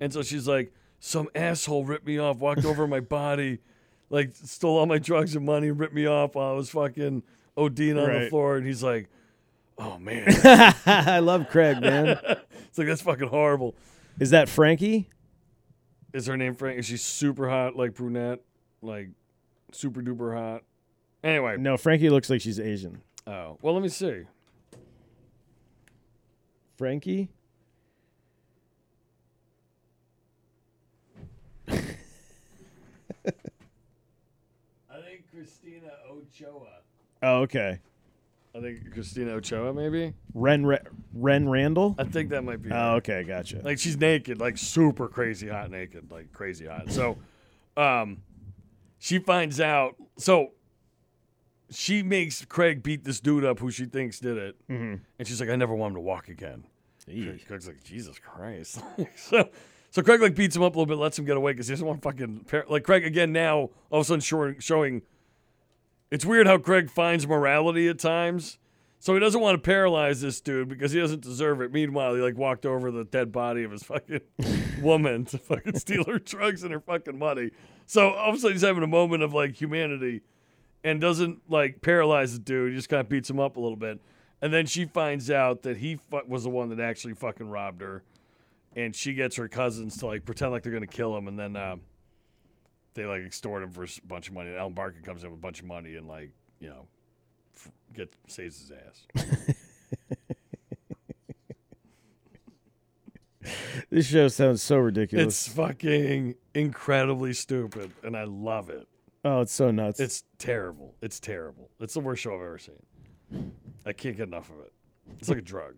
S4: And so she's like, "Some asshole ripped me off, walked over my body, like stole all my drugs and money, ripped me off while I was fucking ODing on the
S3: Right.
S4: floor." And he's like, "Oh man,
S3: I love Craig, man.
S4: it's like that's fucking horrible."
S3: Is that Frankie?
S4: Is her name Frank? Is she super hot, like brunette, like super duper hot? Anyway,
S3: No, Frankie looks like she's Asian.
S4: oh well, let me see.
S3: Frankie?
S4: I think Christina Ochoa.
S3: Oh, okay.
S4: I think Christina Ochoa, maybe.
S3: Ren Ra- Ren Randall?
S4: I think that might be. her.
S3: Oh, okay, gotcha.
S4: Like she's naked, like super crazy hot naked, like crazy hot. So, um, she finds out. So, she makes Craig beat this dude up who she thinks did it, mm-hmm. and she's like, "I never want him to walk again."
S3: Eek.
S4: Craig's like, "Jesus Christ!" so, so Craig like beats him up a little bit, lets him get away because he doesn't want fucking par- like Craig again. Now all of a sudden showing, showing it's weird how Craig finds morality at times. So he doesn't want to paralyze this dude because he doesn't deserve it. Meanwhile, he like walked over the dead body of his fucking woman to fucking steal her drugs and her fucking money. So all of a sudden he's having a moment of like humanity and doesn't like paralyze the dude. He just kind of beats him up a little bit. And then she finds out that he fu- was the one that actually fucking robbed her. And she gets her cousins to like pretend like they're going to kill him. And then uh, they like extort him for a s- bunch of money. And Alan Barker comes in with a bunch of money and like, you know, f- get saves his ass.
S3: This show sounds so ridiculous.
S4: it's fucking incredibly stupid. And I love it.
S3: oh, it's so nuts.
S4: It's terrible. It's terrible. It's the worst show I've ever seen. I can't get enough of it. It's like a drug.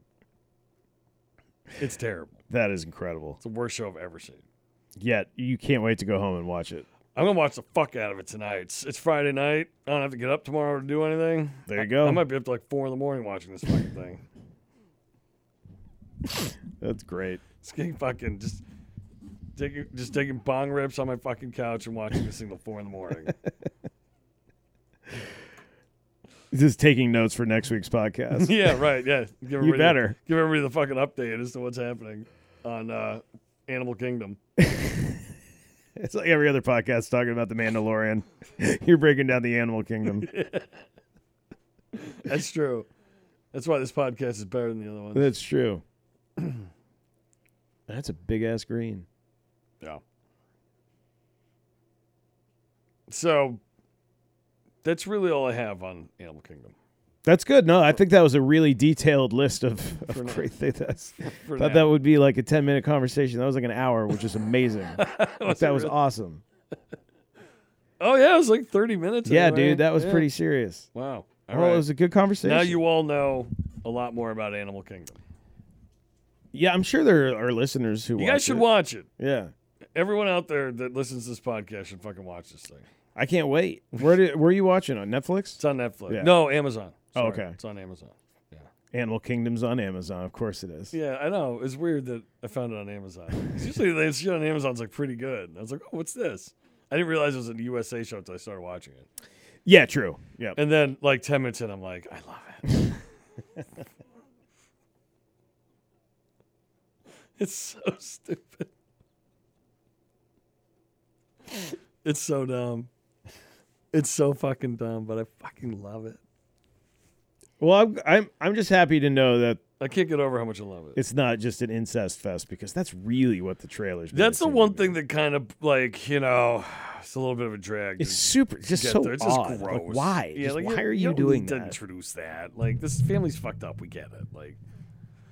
S4: It's terrible.
S3: that is incredible.
S4: It's the worst show I've ever seen.
S3: Yet you can't wait to go home and watch it.
S4: I'm gonna watch the fuck out of it tonight. It's, it's Friday night. I don't have to get up tomorrow to do anything.
S3: There you
S4: I-
S3: go.
S4: I, might be up to like four in the morning watching this fucking thing.
S3: That's great.
S4: Just getting fucking just taking just taking bong rips on my fucking couch and watching this thing till four in the morning.
S3: Just taking notes for next week's podcast.
S4: yeah, right. Yeah. Give everybody,
S3: better.
S4: give everybody the fucking update as to what's happening on uh, Animal Kingdom.
S3: it's like every other podcast talking about the Mandalorian. You're breaking down the animal kingdom.
S4: That's true. That's why this podcast is better than the other one.
S3: That's true. That's a big ass green.
S4: Yeah. So that's really all I have on Animal Kingdom.
S3: That's good. No, I think that was a really detailed list of,
S4: For
S3: of
S4: now.
S3: great things. That's-
S4: For
S3: Thought that
S4: now.
S3: would be like a ten minute conversation. That was like an hour, which is amazing. Like, that was awesome.
S4: oh yeah, it was like thirty minutes.
S3: Yeah,
S4: anyway.
S3: dude, that was
S4: Yeah.
S3: pretty serious.
S4: Wow. All
S3: Well,
S4: right.
S3: it was a good conversation.
S4: now you all know a lot more about Animal Kingdom.
S3: yeah, I'm sure there are listeners who
S4: You
S3: watch
S4: guys should
S3: it.
S4: watch it.
S3: Yeah,
S4: Everyone out there that listens to this podcast should fucking watch this thing.
S3: I can't wait. Where did, where are you watching on Netflix?
S4: It's on Netflix.
S3: Yeah.
S4: No, Amazon.
S3: Oh,
S4: Sorry.
S3: okay.
S4: It's on Amazon.
S3: Animal Kingdom's on Amazon, of course it is.
S4: Yeah, I know. It's weird that I found it on Amazon. 'Cause usually the shit on Amazon's like pretty good. I was like, oh, what's this? I didn't realize it was a USA show until I started watching it.
S3: Yeah, true. Yeah,
S4: And then like ten minutes in, I'm like, I love it. it's so stupid. It's so dumb. It's so fucking dumb, but I fucking love it.
S3: Well, I'm, I'm I'm just happy to know that
S4: I can't get over how much I love it.
S3: it's not just an incest fest because that's really what the trailers. made
S4: That's
S3: it
S4: the
S3: seem
S4: one
S3: to be.
S4: thing that kind of like you know, it's a little bit of a drag.
S3: It's
S4: to
S3: super, it's just
S4: get
S3: so
S4: there. It's just
S3: odd.
S4: gross.
S3: Like, why?
S4: Yeah,
S3: Just
S4: like,
S3: why are
S4: don't
S3: you
S4: need
S3: doing
S4: to
S3: that?
S4: Introduce that. Like this family's fucked up. We get it. Like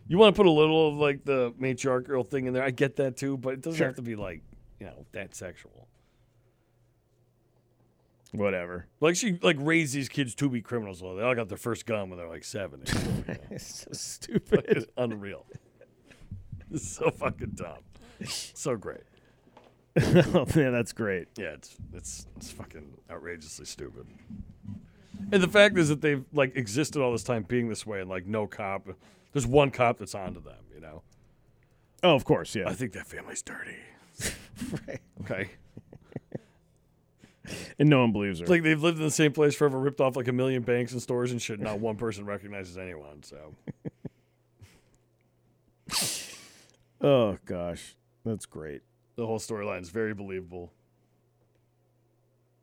S4: you want to put a little of like the matriarchal thing in there. I get that too, but it doesn't
S3: Sure.
S4: have to be like you know that sexual.
S3: Whatever.
S4: Like she like raised these kids to be criminals. Though they all got their first gun when they're like seven.
S3: It's so
S4: It's
S3: stupid.
S4: unreal. It's so fucking dumb. So great.
S3: oh man, that's great.
S4: Yeah, it's it's it's fucking outrageously stupid. And the fact is that they've like existed all this time being this way, and like no cop, there's one cop that's onto them. You know,
S3: Oh, of course,
S4: I
S3: yeah.
S4: think that family's dirty. Okay,
S3: And no one believes her.
S4: like they've lived in the same place forever, ripped off like a million banks and stores and shit. and Not one person recognizes anyone. So
S3: oh gosh, that's great.
S4: the whole storyline is very believable,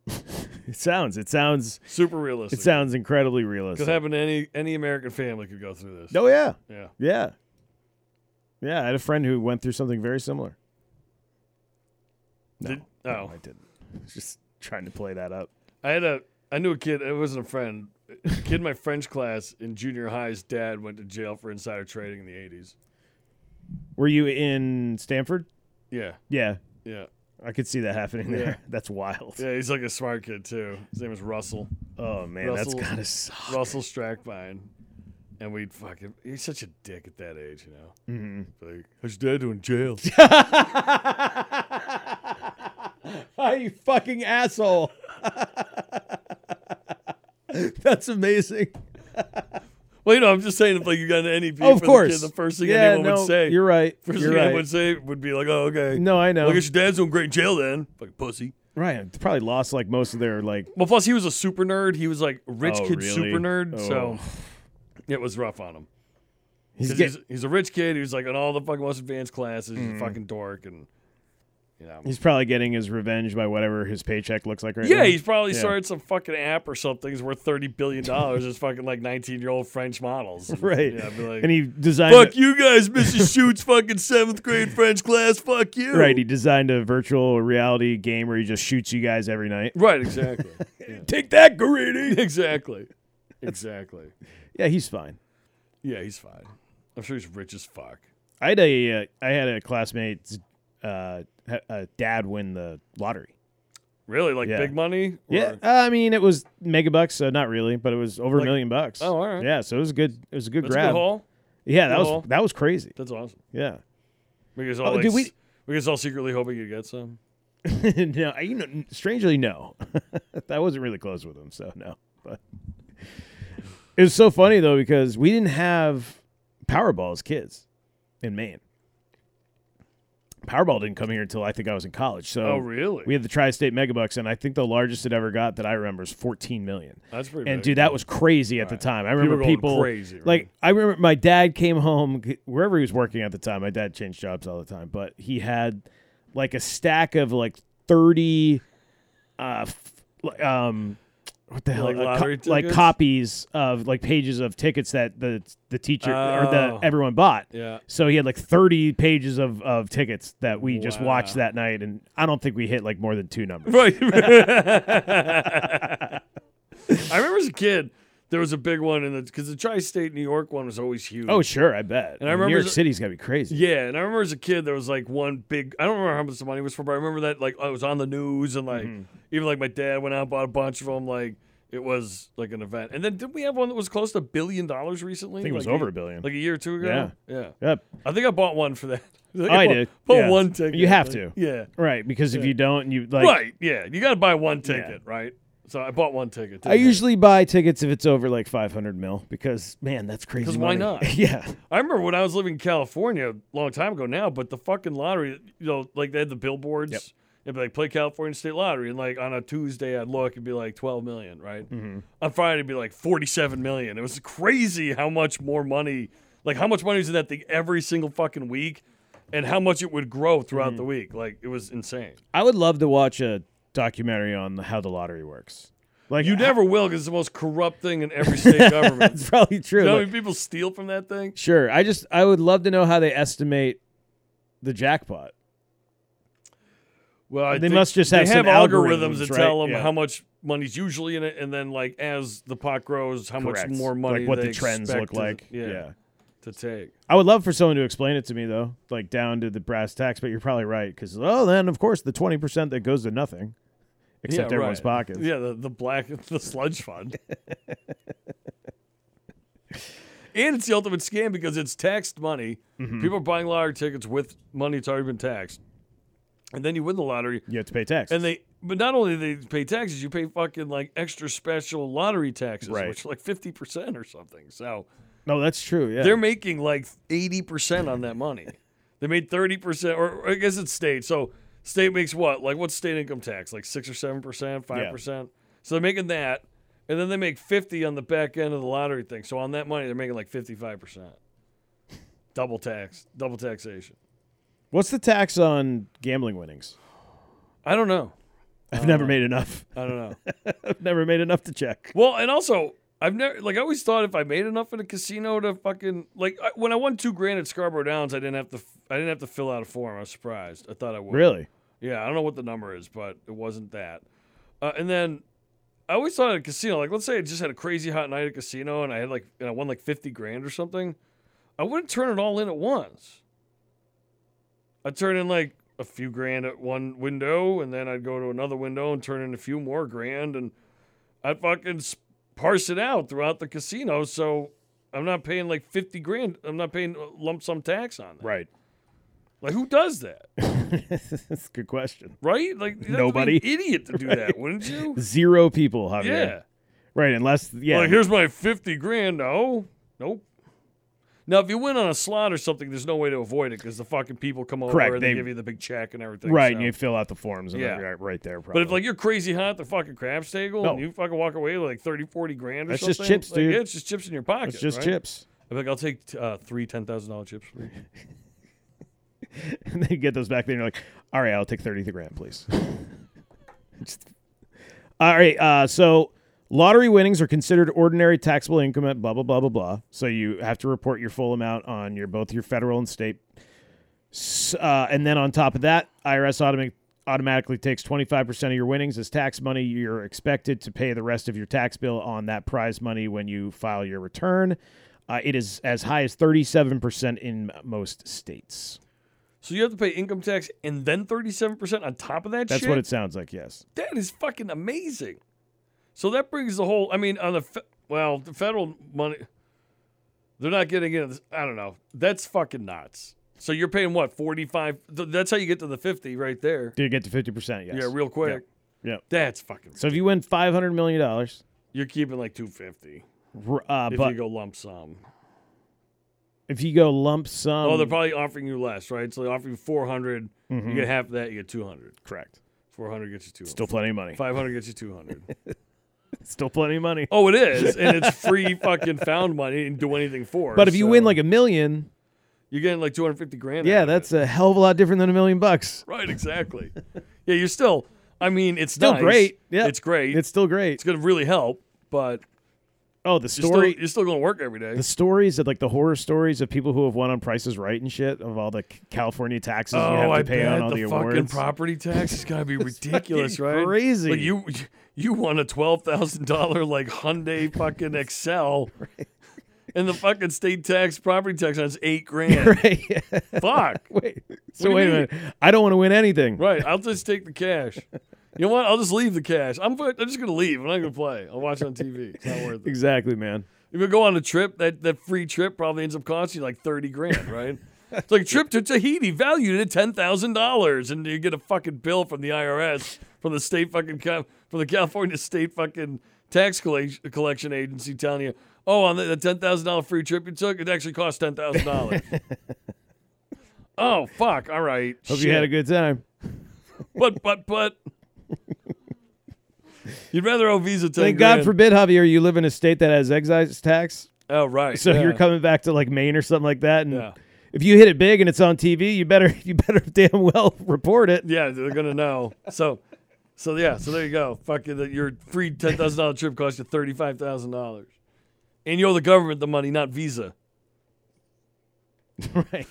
S3: It sounds, it sounds,
S4: super realistic.
S3: it sounds incredibly
S4: could
S3: realistic.
S4: happen to any any American family could go through this.
S3: Oh yeah,
S4: Yeah,
S3: yeah, yeah. I had a friend who went through something very similar. No,
S4: Did-
S3: no,
S4: oh.
S3: I didn't. I was just trying to play that up.
S4: I had a I knew a kid. It wasn't a friend. A kid in my French class in junior high's dad went to jail for insider trading in the eighties.
S3: Were you in Stanford?
S4: Yeah,
S3: Yeah,
S4: yeah,
S3: I could see that happening there.
S4: Yeah.
S3: That's wild.
S4: yeah. He's like a smart kid too. His name is Russell.
S3: Oh man,
S4: Russell-
S3: that's gotta suck.
S4: Russell Strackbine. And we'd fucking. He's such a dick at that age, you know. Mm-hmm. Like, how's your dad doing in jail?
S3: you fucking asshole. that's amazing.
S4: well, you know, I'm just saying, if like you got an NEP,
S3: Of
S4: for the
S3: course.
S4: kid, the first thing
S3: yeah,
S4: anyone
S3: no,
S4: would say,
S3: You're right.
S4: first
S3: you're
S4: thing
S3: right.
S4: I would say would be like, "Oh, okay,
S3: No, I know.
S4: Well, I guess your dad's doing great in jail then, like pussy."
S3: Right. They Probably lost like most of their like
S4: Well, plus he was a super nerd. He was like a rich
S3: Oh,
S4: kid
S3: really?
S4: super nerd, so
S3: Oh.
S4: it was rough on him.
S3: he's
S4: 'Cause
S3: get-
S4: He's, he's a rich kid. He was like in all the fucking most advanced classes.
S3: Mm-hmm.
S4: He's a fucking dork, and you know,
S3: he's probably getting his revenge by whatever his paycheck looks like right now.
S4: yeah, he's probably
S3: Yeah.
S4: started some fucking app or something. It's worth thirty billion dollars. It's fucking like nineteen year old French models, And,
S3: right.
S4: Yeah, I'd be like,
S3: and he designed
S4: fuck
S3: a-
S4: you guys, Mrs. Shoots, fucking seventh grade French class. Fuck you.
S3: Right, he designed a virtual reality game where he just shoots you guys every night.
S4: Right. Exactly. Yeah.
S3: Take that, Garidi.
S4: exactly. Exactly.
S3: Yeah, he's fine.
S4: Yeah, he's fine. I'm sure he's rich as fuck.
S3: I had a uh, I had a classmate's uh, ha- uh, dad win the lottery.
S4: Really, like
S3: Yeah.
S4: big money?
S3: Yeah,
S4: Or-
S3: I mean it was mega bucks, so not really, but it was over
S4: Like-
S3: a million bucks.
S4: Oh, all right.
S3: Yeah, so it was a good it was a good
S4: That's a
S3: grab.
S4: good haul.
S3: yeah, that
S4: good
S3: was
S4: haul.
S3: that was crazy.
S4: That's awesome.
S3: Yeah.
S4: We guys all,
S3: Oh,
S4: like,
S3: did we-
S4: we... we guys all secretly hoping you get some.
S3: no, I- you know, strangely no. I wasn't really close with him, so no. But it was so funny though because we didn't have Powerball as kids in Maine. Powerball didn't come here until I think I was in college. So
S4: Oh, really?
S3: We had the tri-state megabucks, and I think the largest it ever got that I remember is 14 million.
S4: That's pretty
S3: And
S4: big.
S3: dude, that was crazy at the time. I remember
S4: People were going
S3: people
S4: crazy, right?
S3: Like I remember my dad came home g- wherever he was working at the time. My dad changed jobs all the time, but he had like a stack of like 30 uh f- like, um what the hell
S4: Like
S3: uh, co-
S4: lottery
S3: like
S4: tickets?
S3: copies of like pages of tickets that the the teacher or the
S4: Oh.
S3: everyone bought.
S4: Yeah.
S3: So he had like 30 pages of, of tickets that we just watched
S4: Wow.
S3: that night, and I don't think we hit like more than two numbers.
S4: Right. I remember as a kid, there was a big one in the because the tri-state New York one was always huge.
S3: Oh sure, I bet.
S4: And I remember
S3: New York
S4: s-
S3: City's gotta be crazy.
S4: Yeah, and I remember as a kid there was like one big. I don't remember how much the money was for, but I remember that like I was on the news and like
S3: Mm-hmm.
S4: even like my dad went out and bought a bunch of them. Like it was like an event. And then did we have one that was close to a billion dollars recently?
S3: I think it was
S4: Like,
S3: over a billion.
S4: like a year or two ago. Yeah, yeah.
S3: Yep.
S4: I think I bought one for that. think
S3: Oh, I
S4: bought-
S3: did,
S4: Bought
S3: yeah.
S4: one ticket.
S3: You have
S4: like,
S3: to.
S4: Yeah.
S3: Right, because if you don't, you like
S4: right. Yeah. You got to buy one ticket, right? So I bought one ticket.
S3: I
S4: didn't
S3: usually buy tickets if it's over like 500 mil because man, that's crazy.
S4: 'Cause why
S3: money.
S4: not?
S3: yeah,
S4: I remember when I was living in California a long time ago now, but the fucking lottery, you know, like they had the billboards. It'd be like play California State Lottery, and like on a Tuesday, I'd look, it'd be like twelve million, right?
S3: Mm-hmm.
S4: On Friday, it'd be like forty-seven million. It was crazy how much more money, like how much money was in that thing every single fucking week, and how much it would grow throughout
S3: Mm-hmm.
S4: the week. Like it was insane.
S3: I would love to watch a documentary on how the lottery works. Like
S4: You never will because it's the most corrupt thing in every state government.
S3: That's probably true.
S4: You know how
S3: Like,
S4: many people steal from that thing?
S3: sure, I just I would love to know how they estimate the jackpot.
S4: Well, I
S3: They
S4: think
S3: must just have
S4: they
S3: some
S4: have algorithms
S3: algorithms,
S4: that
S3: right?
S4: tell them
S3: Yeah.
S4: how much money's usually in it, and then like as the pot grows, how
S3: Correct.
S4: much more money
S3: like what
S4: they
S3: the trends
S4: expect
S3: look
S4: to-
S3: like.
S4: yeah,
S3: yeah,
S4: to take.
S3: I would love for someone to explain it to me though, like down to the brass tacks. But you're probably right because oh, then of course the 20 percent that goes to nothing, except
S4: yeah,
S3: everyone's
S4: right.
S3: pockets.
S4: Yeah, the, the black the sludge fund. and it's the ultimate scam because it's taxed money.
S3: Mm-hmm.
S4: People are buying lottery tickets with money that's already been taxed, and then you win the lottery,
S3: You have to pay tax.
S4: and they. But not only do they pay taxes, you pay fucking like extra special lottery taxes,
S3: Right.
S4: which are like fifty percent or something. So
S3: no, that's true. Yeah,
S4: They're making like 80% on that money. they made 30%, or or I guess it's state. So state makes what? Like what's state income tax? Like 6 or 7%, 5%? So they're making that. And then they make 50 on the back end of the lottery thing. So on that money, they're making like 55%. Double tax, double taxation.
S3: What's the tax on gambling winnings?
S4: I don't know.
S3: I've never made enough.
S4: I don't know.
S3: I've never made enough to check.
S4: Well, and also, I've never like I always thought if I made enough in a casino to fucking like I, when I won two grand at Scarborough Downs, I didn't have to f- I didn't have to fill out a form. I was surprised. I thought I would.
S3: Really?
S4: Yeah, I don't know what the number is, but it wasn't that. Uh, and then I always thought at a casino, like let's say I just had a crazy hot night at a casino and I had like and I won like fifty grand or something, I wouldn't turn it all in at once. I'd turn in like a few grand at one window, and then I'd go to another window and turn in a few more grand, and I'd fucking s- parse it out throughout the casino. So I'm not paying like fifty grand. I'm not paying a lump sum tax on that.
S3: Right.
S4: Like who does that?
S3: That's a good question.
S4: right? Like you'd have to be an
S3: Nobody.
S4: idiot to do that, wouldn't you?
S3: Zero people, Javier.
S4: Yeah.
S3: Right, unless yeah.
S4: Like here's my fifty grand. No, nope. Now, if you win on a slot or something, there's no way to avoid it because the fucking people come over
S3: Correct,
S4: and they,
S3: they-
S4: give you the big check and everything.
S3: right,
S4: so-
S3: and you fill out the forms and
S4: Yeah.
S3: yeah. right, right there. Probably.
S4: but if like you're crazy hot at the fucking crabs table and
S3: No.
S4: you fucking walk away with like 30, 40 grand or
S3: That's
S4: something,
S3: just chips,
S4: like,
S3: dude.
S4: Yeah, it's just chips in your pocket.
S3: it's just
S4: right?
S3: chips,
S4: I'm like, I'll take t- uh, three ten thousand dollar chips. please.
S3: and they get those back there, and you're like, all right, I'll take thirty grand, please. Just- all right, uh, so lottery winnings are considered ordinary taxable income at blah blah blah blah blah. So you have to report your full amount on your both your federal and state S- uh, and then on top of that, IRS automatic automatically takes 25% of your winnings as tax money. You're expected to pay the rest of your tax bill on that prize money when you file your return. Uh, it is as high as 37% in most states.
S4: So you have to pay income tax and then thirty seven percent on top of that.
S3: That's
S4: shit?
S3: what it sounds like, yes.
S4: That is fucking amazing. So that brings the whole. I mean, on the fe- well, the federal money, they're not getting it. I don't know. That's fucking nuts. So you're paying what forty five? That's how you get to the fifty right there.
S3: Do you get to 50%? Yes.
S4: Yeah, real quick.
S3: Yep. Yep.
S4: That's fucking.
S3: So if you win $500 million,
S4: You're keeping like two fifty
S3: r- uh,
S4: if
S3: but
S4: you go lump sum.
S3: if you go lump sum,
S4: oh, they're probably offering you less, right? So they offer you four You get half of that. You get two hundred.
S3: Mm-hmm. correct.
S4: Four hundred gets you two
S3: Still
S4: hundred.
S3: plenty of money.
S4: Five hundred gets you two hundred.
S3: Still plenty of money.
S4: oh, it is, and it's free fucking found money and do anything for.
S3: But if you win
S4: so-
S3: like a million,
S4: You're getting like 250 grand. out
S3: yeah,
S4: of
S3: that's
S4: it.
S3: a hell of a lot different than a million bucks.
S4: right. Exactly. yeah, you're still. I mean, it's
S3: Still
S4: nice.
S3: great. Yeah.
S4: it's great.
S3: It's still great.
S4: it's going to really help, but
S3: oh, the
S4: you're
S3: story.
S4: still you're still going to work every day.
S3: the stories of like the horror stories of people who have won on prices right and shit of all the C- California taxes you have to
S4: Oh, I
S3: pay
S4: bet
S3: on all the,
S4: the, fucking
S3: awards.
S4: property tax has got to be ridiculous,
S3: fucking
S4: right?
S3: crazy.
S4: Like you, you won a twelve thousand dollar like Hyundai fucking Excel, and the fucking state tax property tax on it's eight grand.
S3: right.
S4: Fuck.
S3: wait. So
S4: do
S3: wait a
S4: you mean?
S3: minute. I don't want to win anything.
S4: Right. I'll just take the cash. You know what? I'll just leave the cash. I'm fu- I'm just gonna leave. I'm not gonna play. I'll watch it on TV. It's not worth it.
S3: Exactly, man.
S4: If you go on a trip, that, that free trip probably ends up costing you like thirty grand, right? It's like a trip to Tahiti valued at ten thousand dollars, and you get a fucking bill from the IRS from the state fucking co- from the California state fucking tax collection, collection agency telling you, oh, on the, the ten thousand dollar free trip you took, it actually cost ten thousand dollars. oh fuck! All right.
S3: Hope you had a good
S4: Shit
S3: time.
S4: but but but you'd rather owe Visa ten.
S3: Thank
S4: grand.
S3: God forbid, Javier, you live in a state that has excise tax.
S4: Oh right.
S3: So
S4: yeah.
S3: you're coming back to like Maine or something like that, and
S4: Yeah.
S3: if you hit it big and it's on TV, you better you better damn well report it.
S4: Yeah, they're gonna know. So, so yeah. So there you go. Fucking the- your free ten thousand dollar trip cost you thirty five thousand dollars, and you owe the government the money, not Visa.
S3: Right.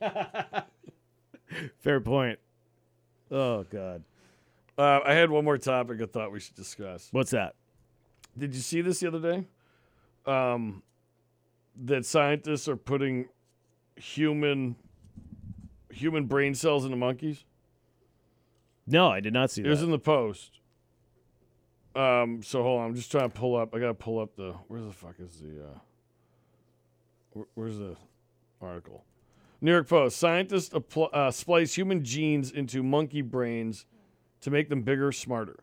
S3: Fair point. Oh God,
S4: Uh, I had one more topic I thought we should discuss.
S3: what's that?
S4: Did you see this the other day? Um, that scientists are putting human human brain cells into monkeys.
S3: No, I did not see
S4: It was
S3: that.
S4: in the post. Um, so hold on, I'm just trying to pull up. I gotta pull up the where the fuck is the uh, where, where's the article? New York Post: Scientists appl- uh, splice human genes into monkey brains to make them bigger, smarter.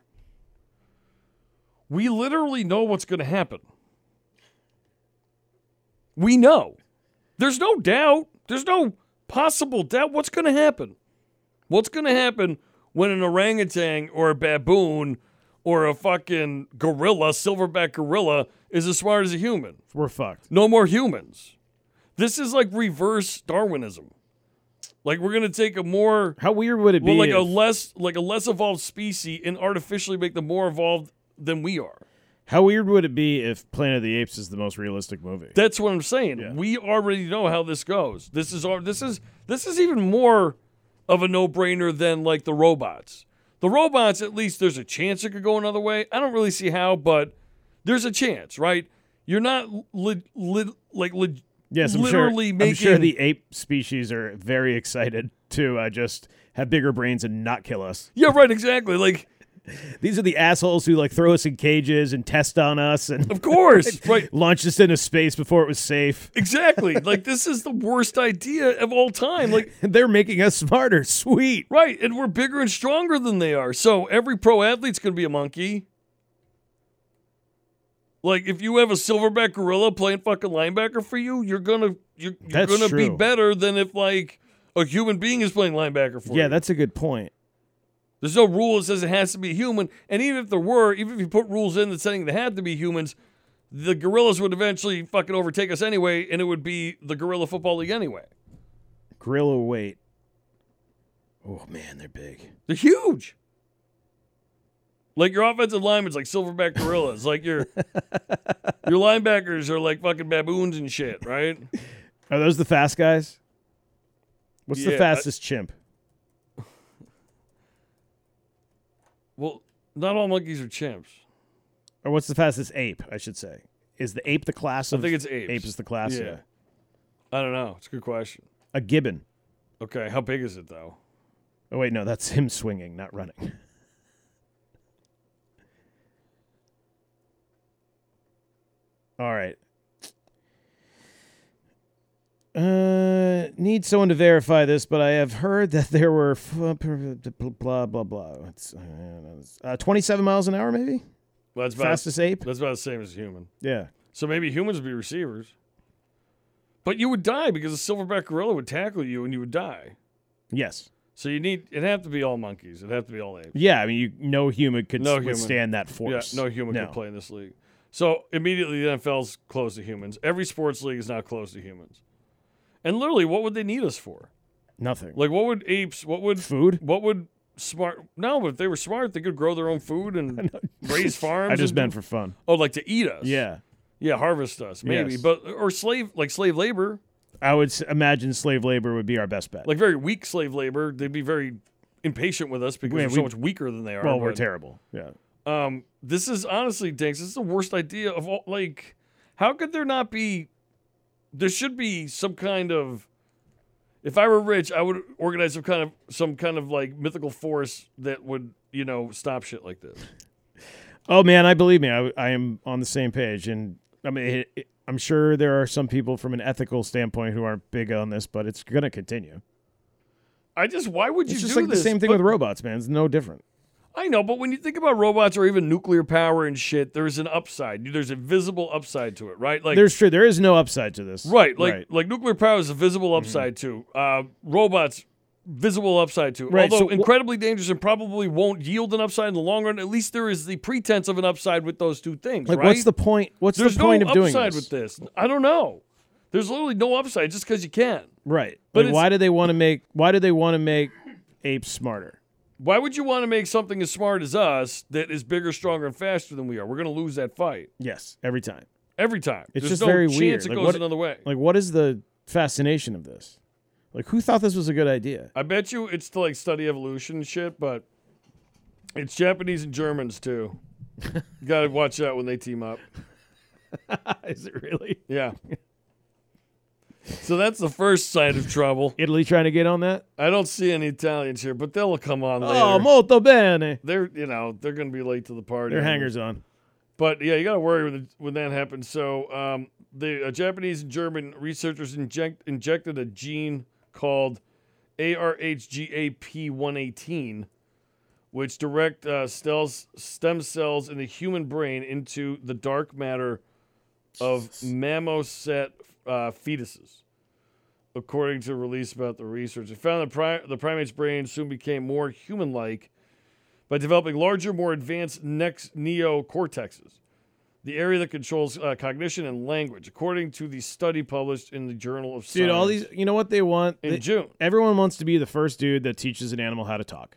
S4: We literally know what's going to happen. We know. There's no doubt. There's no possible doubt what's going to happen. What's going to happen when an orangutan or a baboon or a fucking gorilla, silverback gorilla, is as smart as a human?
S3: We're fucked.
S4: No more humans. This is like reverse Darwinism. Like we're going to take a more
S3: How weird would it be?
S4: well, like a
S3: if-
S4: less like a less evolved species and artificially make them more evolved than we are.
S3: how weird would it be if Planet of the Apes is the most realistic movie?
S4: That's what I'm saying. We already know how this goes. This is our this is this is even more of a no-brainer than like the robots. The robots at least there's a chance it could go another way. I don't really see how, but there's a chance, right? You're not li- li- like leg-
S3: Yes, I'm
S4: literally
S3: sure.
S4: making
S3: I'm sure the ape species are very excited to uh, just have bigger brains and not kill us.
S4: Yeah, right, exactly. Like
S3: These are the assholes who like throw us in cages and test on us and
S4: of course, right.
S3: launch us into space before it was safe.
S4: Exactly. Like this is the worst idea of all time. Like
S3: They're making us smarter. Sweet.
S4: Right, and we're bigger and stronger than they are. So every pro athlete's going to be a monkey. Like if you have a silverback gorilla playing fucking linebacker for you, you're gonna you're, you're
S3: That's
S4: gonna be
S3: true.
S4: better than if like a human being is playing linebacker for you.
S3: Yeah, that's a good point.
S4: There's no rule that says it has to be human. And even if there were, even if you put rules in that saying they had to be humans, the gorillas would eventually fucking overtake us anyway, and it would be the gorilla football league anyway.
S3: Gorilla weight. Oh man, they're big.
S4: They're huge. Like your offensive linemen's like silverback gorillas. like your your linebackers are like fucking baboons and shit, right?
S3: Are those the fast guys? What's
S4: Yeah, I-
S3: the fastest chimp?
S4: Well, not all monkeys are chimps.
S3: Or what's the fastest ape, I should say? Is the ape the class of
S4: I think it's apes.
S3: ape is the class, yeah.
S4: I don't know. It's a good question.
S3: A gibbon.
S4: Okay, how big is it though?
S3: Oh wait, no, that's him swinging, not running. All right. Uh, need someone to verify this, but I have heard that there were f- uh, blah blah blah. It's, uh, twenty-seven miles an hour, maybe
S4: Well, that's about
S3: fastest ape.
S4: that's about the same as human.
S3: Yeah,
S4: So maybe humans would be receivers. But you would die because a silverback gorilla would tackle you and you would die.
S3: yes,
S4: So you need it'd have to be all monkeys. It'd have to be all apes.
S3: yeah. I mean, you no human could
S4: No
S3: s-
S4: human.
S3: withstand that force.
S4: Yeah, no human could play in this league. So immediately the NFL's closed to humans. Every sports league is now closed to humans. And literally, what would they need us for?
S3: Nothing.
S4: Like, what would apes? What would
S3: Food?
S4: What would smart? No, but if they were smart, they could grow their own food and raise farms.
S3: I just
S4: and-
S3: meant for fun.
S4: oh, like to eat us?
S3: Yeah.
S4: yeah, harvest us maybe,
S3: Yes.
S4: but or slave like slave labor,
S3: I would s- imagine slave labor would be our best bet.
S4: like very weak slave labor. They'd be very impatient with us because
S3: Man,
S4: we're
S3: we-
S4: so much weaker than they are.
S3: well, Oh, we're
S4: but-
S3: terrible. Yeah.
S4: Um, this is honestly, Danks, this is the worst idea of all. Like, how could there not be? There should be some kind of. If I were rich, I would organize some kind of some kind of like mythical force that would you know stop shit like this.
S3: Oh man, I believe me. I, I am on the same page, and I mean, it, it- I'm sure there are some people from an ethical standpoint who aren't big on this, but it's going to continue.
S4: I just why would you
S3: It's just
S4: do
S3: like
S4: this?
S3: the same thing
S4: But-
S3: with robots, man. It's no different.
S4: I know, but when you think about robots or even nuclear power and shit, there's an upside. There's a visible upside to it, right? Like
S3: There's true. There is no upside to this.
S4: Right, like
S3: right. Mm-hmm.
S4: like nuclear power is a visible upside to uh, robots, visible upside to.
S3: Right, so
S4: Although
S3: wh-
S4: incredibly dangerous and probably won't yield an upside in the long run. At least there is the pretense of an upside with those two things.
S3: Like,
S4: right?
S3: what's the point? What's
S4: There's
S3: the point
S4: no
S3: of doing
S4: upside
S3: this?
S4: with this. I don't know. There's literally no upside just because you can.
S3: Right. But
S4: But it's-
S3: why do they want to make? Why do they want to make apes smarter?
S4: Why would you want to make something as smart as us that is bigger, stronger, and faster than we are? We're going to lose that fight
S3: Yes, every time.
S4: every time.
S3: It's
S4: There's
S3: just
S4: no
S3: very
S4: chance
S3: weird.
S4: it
S3: Like,
S4: goes
S3: what-
S4: another way.
S3: Like, what is the fascination of this? Like, who thought this was a good idea?
S4: I bet you it's to like study evolution and shit, but it's Japanese and Germans too. you gotta watch out when they team up.
S3: is it really
S4: Yeah. so that's the first sign of trouble.
S3: Italy trying to get on that?
S4: I don't see any Italians here, but they'll come on later.
S3: Oh, molto bene.
S4: they're you know they're gonna be late to the party.
S3: They're hangers on.
S4: But yeah, you got to worry when, the, when that happens. So, um, the uh, Japanese and German researchers inject, injected a gene called ARHGAP118, which direct uh, cells, stem cells in the human brain into the dark matter of mammoset uh, fetuses. According to a release about the research, it found that pri- the primate's brain soon became more human-like by developing larger, more advanced next neocortexes, the area that controls uh, cognition and language, according to the study published in the Journal of Science
S3: Dude, all these, you know what they want?
S4: in
S3: They-
S4: June.
S3: everyone wants to be the first dude that teaches an animal how to talk.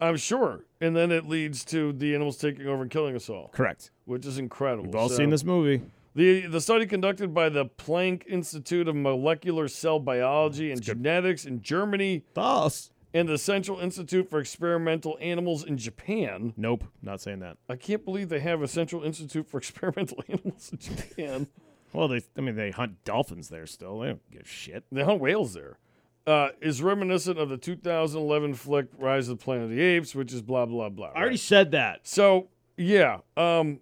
S4: I'm sure, and then it leads to the animals taking over and killing us all,
S3: Correct.
S4: which is incredible.
S3: We've all
S4: So,
S3: seen this movie.
S4: The the study conducted by the Planck Institute of Molecular Cell Biology and Genetics in Germany
S3: Boss.
S4: and the Central Institute for Experimental Animals in Japan.
S3: Nope, not saying that.
S4: I can't believe they have a Central Institute for Experimental Animals in Japan.
S3: Well, they, I mean, they hunt dolphins there still. They don't give a shit.
S4: They hunt whales there. Uh, is reminiscent of the 2011 flick Rise of the Planet of the Apes, which is blah blah blah.
S3: I already
S4: right?
S3: said that
S4: So yeah, um,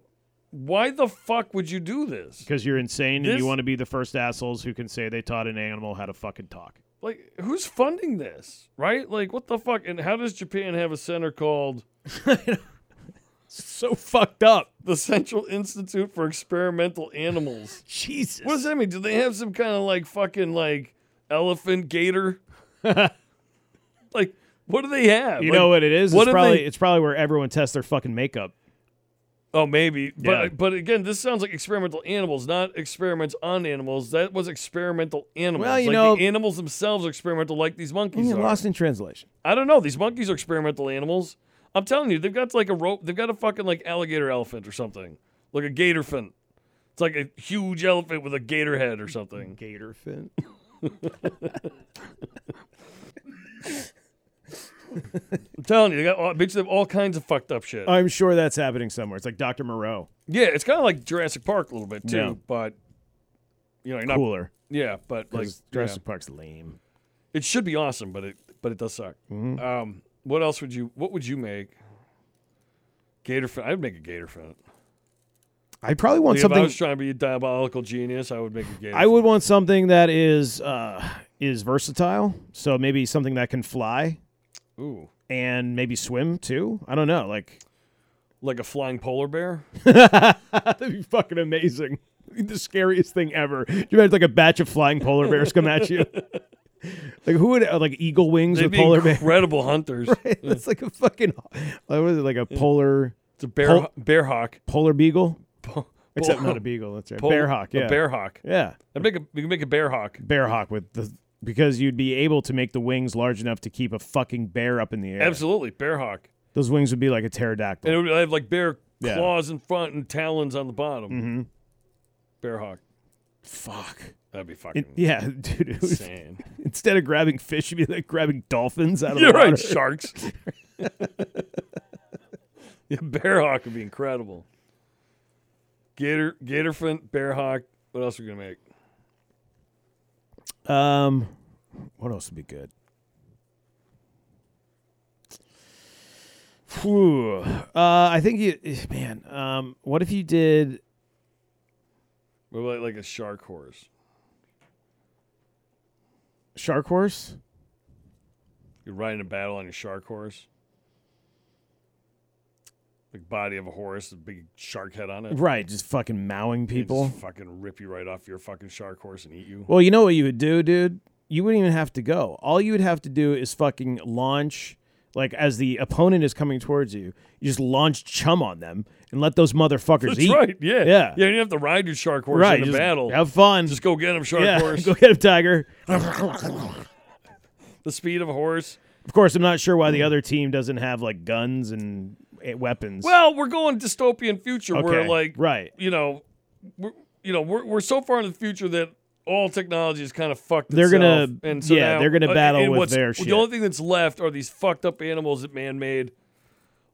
S4: why the fuck would you do this?
S3: because you're insane and
S4: This-
S3: you want to be the first assholes who can say they taught an animal how to fucking talk.
S4: Like, who's funding this? Right? Like, what the fuck? And how does Japan have a center called
S3: So fucked up.
S4: the Central Institute for Experimental Animals?
S3: Jesus.
S4: What does that mean? Do they have some kind of like fucking like elephant gator? like, what do they have?
S3: you
S4: Like,
S3: know what it is?
S4: what
S3: it's
S4: if
S3: probably
S4: they-
S3: it's probably where everyone tests their fucking makeup.
S4: Oh, maybe.
S3: Yeah.
S4: But but again, this sounds like experimental animals, not experiments on animals. That was experimental animals.
S3: Well, you
S4: like
S3: know-
S4: the animals themselves are experimental, like these monkeys are.
S3: in translation.
S4: I don't know. These monkeys are experimental animals. I'm telling you, they've got like a rope. They've got a fucking like alligator elephant or something, like a gator fin. It's like a huge elephant with a gator head or something.
S3: Gator fin.
S4: I'm telling you, they got all, I bet you they have all kinds of fucked up shit.
S3: I'm sure that's happening somewhere. It's like Dr. Moreau.
S4: yeah, it's kind of like Jurassic Park a little bit too,
S3: Yeah.
S4: but you know, you're not.
S3: Cooler.
S4: Yeah, but like
S3: Because Jurassic Park's lame.
S4: It should be awesome, but it but it does suck.
S3: Mm-hmm.
S4: Um, what else would you What would you make? Gator fin. I'd make a gator fin.
S3: I probably want
S4: Like, If I
S3: something.
S4: was trying to be a diabolical genius, I would make a gator.
S3: I would want something that is uh, is versatile. So maybe something that can fly
S4: fin. Ooh,
S3: and maybe swim too. I don't know. Like
S4: like a flying polar bear.
S3: that'd be fucking amazing. The scariest thing ever. Do you imagine like a batch of flying polar bears come at you? Like who would uh, like eagle wings
S4: They'd
S3: with
S4: be
S3: polar bears?
S4: incredible hunters.
S3: That's like a fucking. What was it? Like a polar
S4: It's a bear
S3: Pol-
S4: bear hawk.
S3: polar beagle?
S4: Pol-
S3: Except
S4: pol-
S3: not a beagle. That's right.
S4: pol-
S3: bear hawk. Yeah.
S4: A bear hawk.
S3: Yeah.
S4: I'd make a. We could make a bear hawk.
S3: Bear hawk with the because you'd be able to make the wings large enough to keep a fucking bear up in the air.
S4: Absolutely, bear hawk.
S3: Those wings would be like a
S4: And
S3: pterodactyl.
S4: it would have like bear
S3: Yeah.
S4: claws in front and talons on the bottom. Mm-hmm. Bear hawk.
S3: Fuck.
S4: That'd be fucking
S3: It- yeah, dude. it would-
S4: insane.
S3: instead of grabbing fish, you'd be like grabbing dolphins out of
S4: You're
S3: the water.
S4: right, sharks. yeah, bear hawk would be incredible. Gator, gator fin, bear hawk. What else are we gonna make?
S3: Um, what else would be good? Phew. Uh, I think you, eh, man. Um, what if you did?
S4: What about like a shark horse?
S3: Shark Horse?
S4: You're riding a battle on your shark horse. Like body of a horse, a big shark head on it.
S3: Right, just fucking mowing
S4: They
S3: people.
S4: just fucking rip you right off your fucking shark horse and eat you.
S3: Well, you know what you would do, dude? You wouldn't even have to go. All you would have to do is fucking launch, like, as the opponent is coming towards you, you just launch chum on them and let those motherfuckers
S4: That's
S3: eat.
S4: right. Yeah.
S3: Yeah.
S4: Yeah. You don't have to ride your shark horse
S3: Right,
S4: in a
S3: just
S4: battle.
S3: Have fun.
S4: Just go get him, shark
S3: yeah,
S4: horse.
S3: go get him, Tiger.
S4: The speed of a horse.
S3: Of course, I'm not sure why
S4: Hmm.
S3: the other team doesn't have, like, guns and eh, weapons.
S4: Well, we're going dystopian future where
S3: Okay,
S4: like
S3: right.
S4: you know, we're, you know, we're, we're so far in the future that all technology is kind of fucked.
S3: They're gonna-
S4: itself. and so
S3: yeah,
S4: now-
S3: they're gonna
S4: uh,
S3: battle
S4: and
S3: with
S4: what's-
S3: their shit.
S4: The only thing that's left are these fucked up animals that man made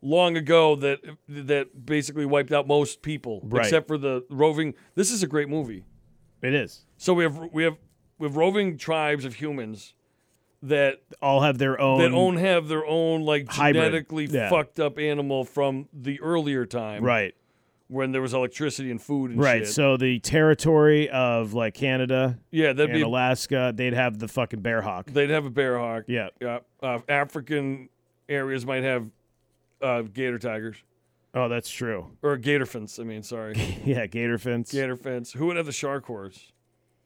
S4: long ago that that basically wiped out most people,
S3: Right.
S4: except for the roving. This is a great movie.
S3: it is.
S4: So we have we have we have roving tribes of humans that
S3: All have their own.
S4: that own have their own like
S3: Hybrid,
S4: genetically
S3: yeah.
S4: fucked up animal from the earlier time
S3: right,
S4: when there was electricity and food and
S3: right.
S4: shit.
S3: So the territory of, like, Canada
S4: yeah, that'd
S3: and
S4: be a,
S3: Alaska, they'd have the fucking bear hawk.
S4: they'd have a bear hawk.
S3: Yeah.
S4: Yeah, uh, African areas might have uh, gator tigers
S3: Oh, that's true.
S4: or gator fins. I mean, sorry,
S3: Yeah, gator fins.
S4: gator fins. Who would have the shark horse?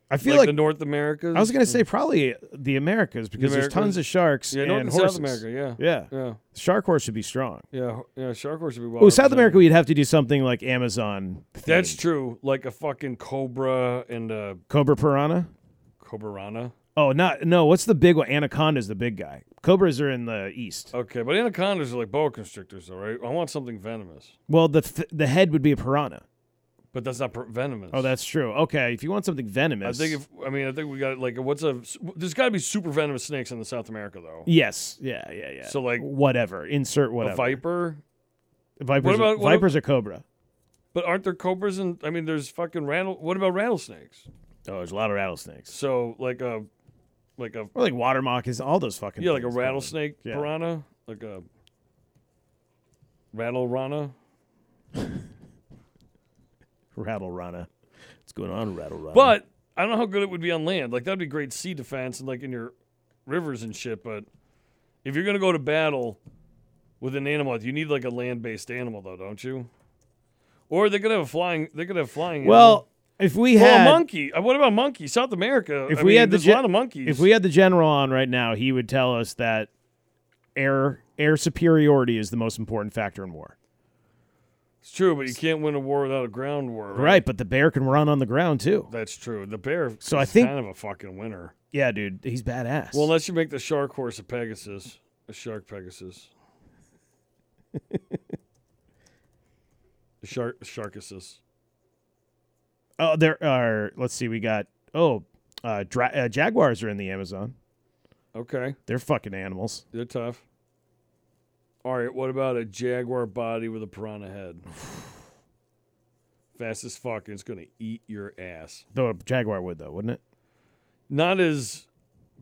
S3: I feel
S4: like,
S3: like,
S4: the North Americas.
S3: I was gonna say probably the Americas because there's
S4: Americas.
S3: tons of sharks
S4: yeah,
S3: and
S4: North and
S3: horses.
S4: South America. Yeah.
S3: Yeah.
S4: Yeah, Oh,
S3: shark horse should be strong.
S4: yeah, ho- yeah. Shark horse would be well.
S3: Oh, South
S4: represented.
S3: America, we'd have to do something like Amazon.
S4: That's
S3: themed.
S4: true. Like a fucking cobra and a
S3: Cobra piranha.
S4: cobra rana.
S3: Oh, not no. What's the big one? Anaconda's the big guy. Cobras are in the east.
S4: Okay, but anacondas are like boa constrictors, though, right? I want something venomous,
S3: Well, the th- the head would be a piranha.
S4: but that's not per- venomous.
S3: Oh, that's true. Okay, if you want something
S4: I
S3: venomous,
S4: think if I mean I think we got like what's a there's got to be super venomous snakes in the South America though.
S3: yes, yeah, yeah, yeah.
S4: So, like,
S3: whatever, insert whatever.
S4: A viper,
S3: Vipers,
S4: What
S3: are-
S4: about- what ab-
S3: vipers are cobra.
S4: but aren't there cobras and I mean there's fucking rattle. What about rattlesnakes?
S3: Oh, there's a lot of rattlesnakes.
S4: So like a like a
S3: Or like water moccasins, all those fucking
S4: yeah like a
S3: things, probably.
S4: rattlesnake
S3: Yeah.
S4: piranha like a rattle rana.
S3: Rattle Rana. What's going on, Rattle Rana?
S4: But I don't know how good it would be on land. Like that'd be great sea defense and like in your rivers and shit. But if you're gonna go to battle with an animal, you need like a land-based animal though, don't you? Or they could have a flying. They could have a flying.
S3: well, if we
S4: animal.
S3: had
S4: well, a monkey. Uh, What about monkey? South America.
S3: If
S4: I
S3: we
S4: mean,
S3: had the
S4: there's
S3: gen-
S4: a lot of monkeys.
S3: if we had the general on right now, he would tell us that air air superiority is the most important factor in war.
S4: it's true, but you can't win a war without a ground war. Right.
S3: Right, but the bear can run on the ground too.
S4: That's true. The bear.
S3: So I
S4: is
S3: think-
S4: kind of a fucking winner.
S3: Yeah, dude, he's badass.
S4: Well, unless you make the shark horse a Pegasus, a shark Pegasus, a shark, a sharkasus.
S3: oh, there are. Let's see, we got oh, uh, dra- uh, jaguars are in the Amazon.
S4: Okay,
S3: They're fucking animals.
S4: they're tough. All right, what about a jaguar body with a piranha head? Fast as fuck, and it's gonna eat your ass.
S3: Though a jaguar would though, wouldn't it?
S4: Not as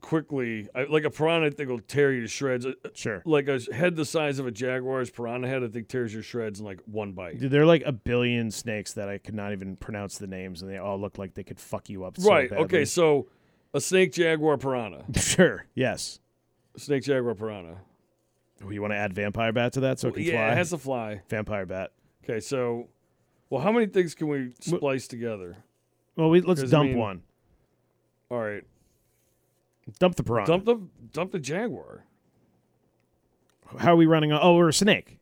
S4: quickly, I, like a piranha, I think will tear you to shreds. Uh, uh,
S3: Sure.
S4: Like a head the size of a jaguar's piranha head, I think tears your shreds in like one bite.
S3: Dude, there are like a billion snakes that I could not even pronounce the names, and they all look like they could fuck you up. so
S4: right.
S3: badly.
S4: Okay. So a snake jaguar piranha.
S3: Sure. Yes.
S4: snake jaguar piranha.
S3: Oh, You want to add vampire bat to that so it can
S4: Yeah,
S3: fly?
S4: it has to fly.
S3: vampire bat.
S4: Okay. So, well, how many things can we splice together?
S3: Well, we, let's
S4: Does it
S3: dump
S4: mean-
S3: one.
S4: All right.
S3: Dump the piranha.
S4: Dump the dump the jaguar.
S3: How are we running? On? Oh, we're a snake.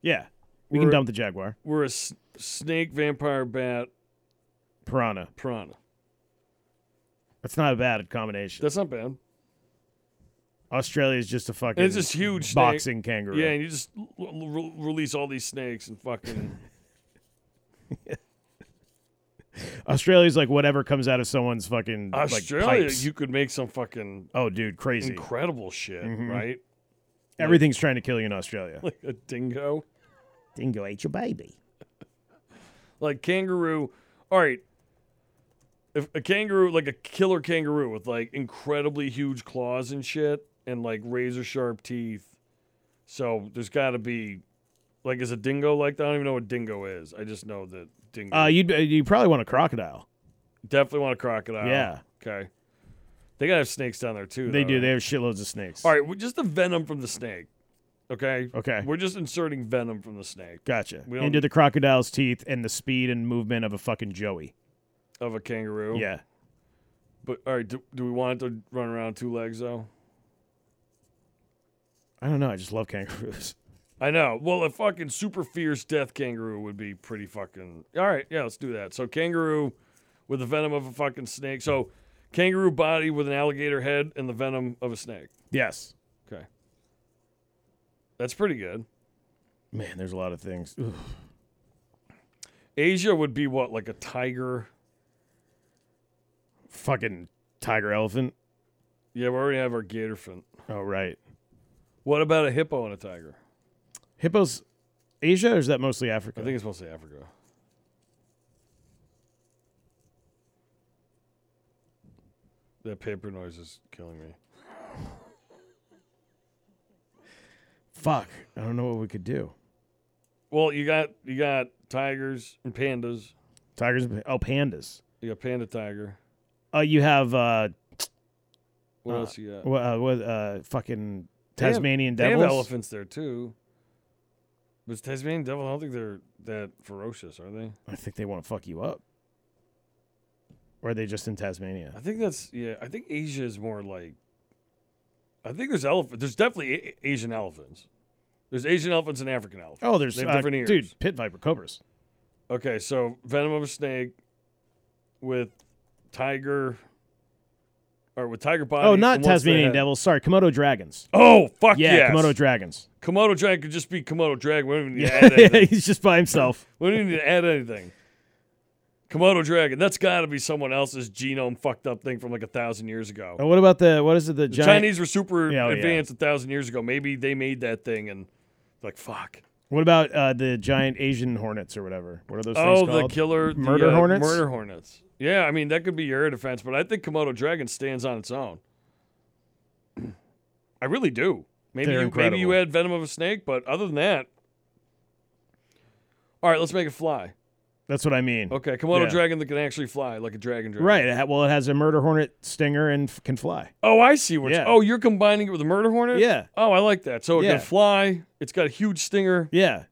S3: Yeah, we can
S4: We're-
S3: dump the jaguar
S4: We're a s- snake vampire bat
S3: piranha.
S4: piranha.
S3: I That's not a bad combination.
S4: That's not bad.
S3: Australia's just a fucking
S4: And it's this huge snake.
S3: boxing kangaroo.
S4: Yeah, and you just l- l- re- release all these snakes and fucking.
S3: Australia's like whatever comes out of someone's fucking like,
S4: Australia,
S3: pipes.
S4: you could make some fucking
S3: oh, dude, crazy.
S4: incredible shit,
S3: Mm-hmm.
S4: right?
S3: Everything's trying to kill you in Australia.
S4: Like a dingo,
S3: Dingo ate your baby.
S4: like kangaroo. All right, if a kangaroo, like a killer kangaroo with like incredibly huge claws and shit, and like razor sharp teeth. So there's got to be, like, is a dingo like that? I don't even know what dingo is. I just know that dingo.
S3: Uh, you'd you probably want a crocodile.
S4: definitely want a crocodile.
S3: Yeah.
S4: Okay. They gotta have snakes down there too.
S3: They
S4: though,
S3: do.
S4: right?
S3: They have shitloads of snakes.
S4: All right, well, just the venom from the snake. Okay.
S3: Okay.
S4: We're just inserting venom from the snake
S3: Gotcha.
S4: We don't-
S3: Into the crocodile's teeth and the speed and movement of a fucking joey.
S4: of a kangaroo.
S3: Yeah.
S4: But all right, do, do we want it to run around two legs though?
S3: I don't know. I just love kangaroos.
S4: I know. Well, a fucking super fierce death kangaroo would be pretty fucking. All right, yeah, let's do that. So kangaroo with the venom of a fucking snake. So kangaroo body with an alligator head and the venom of a snake.
S3: Yes.
S4: Okay. That's pretty good.
S3: Man, there's a lot of things. Ugh.
S4: Asia would be what, like a tiger?
S3: Fucking tiger elephant.
S4: Yeah, we already have our gator fin.
S3: Oh right.
S4: What about a hippo and a tiger?
S3: Hippos. Asia or is that mostly Africa?
S4: I think it's mostly Africa. That paper noise is killing me.
S3: Fuck. I don't know what we could do.
S4: Well, you got you got tigers and pandas.
S3: Tigers. and pa- Oh, pandas.
S4: You got panda tiger.
S3: Uh, you have uh,
S4: What
S3: Uh,
S4: else you got?
S3: what, uh, what, uh, fucking
S4: They have-
S3: Tasmanian
S4: they have
S3: devils.
S4: elephants there too. But Tasmanian devil, I don't think they're that ferocious, are they?
S3: I think they want to fuck you up. Or are they just in Tasmania?
S4: I think that's yeah. I think Asia is more like. I think there's elephant. There's definitely a- a- Asian elephants. There's Asian elephants and African elephants.
S3: Oh, there's
S4: They have
S3: uh,
S4: different ears.
S3: dude pit viper cobras.
S4: Okay, so venom of a snake with tiger, or with tiger body.
S3: Oh, not
S4: and what's the
S3: Tasmanian
S4: head?
S3: devils. Sorry, Komodo dragons.
S4: Oh fuck
S3: Yeah,
S4: yes.
S3: Komodo dragons.
S4: Komodo dragon could just be Komodo dragon. We don't even need to add anything.
S3: He's just by himself.
S4: we don't even need to add anything. Komodo dragon. That's got to be someone else's genome fucked up thing from like a thousand years ago.
S3: Uh, what about the what is it? The,
S4: The
S3: giant,
S4: Chinese were super
S3: Yeah, oh, yeah.
S4: advanced a thousand years ago. Maybe they made that thing and like fuck.
S3: What about uh, the giant Asian hornets or whatever? What are those
S4: Oh,
S3: things
S4: the
S3: called?
S4: killer the,
S3: Murder
S4: uh,
S3: hornets?
S4: Murder hornets. Yeah, I mean that could be your defense, but I think Komodo dragon stands on its own. I really do. Maybe
S3: They're
S4: you, maybe you
S3: incredible.
S4: had venom of a snake, but other than that, all right, let's make it fly.
S3: That's what I mean.
S4: Okay, Komodo
S3: Yeah.
S4: dragon that can actually fly like a dragon dragon.
S3: Right. it ha- Well, it has a murder hornet stinger and f- can fly.
S4: Oh, I see. What you-
S3: Yeah.
S4: Oh, you're combining it with a murder hornet.
S3: Yeah.
S4: Oh, I like that. So it
S3: Yeah.
S4: can fly. It's got a huge stinger.
S3: Yeah.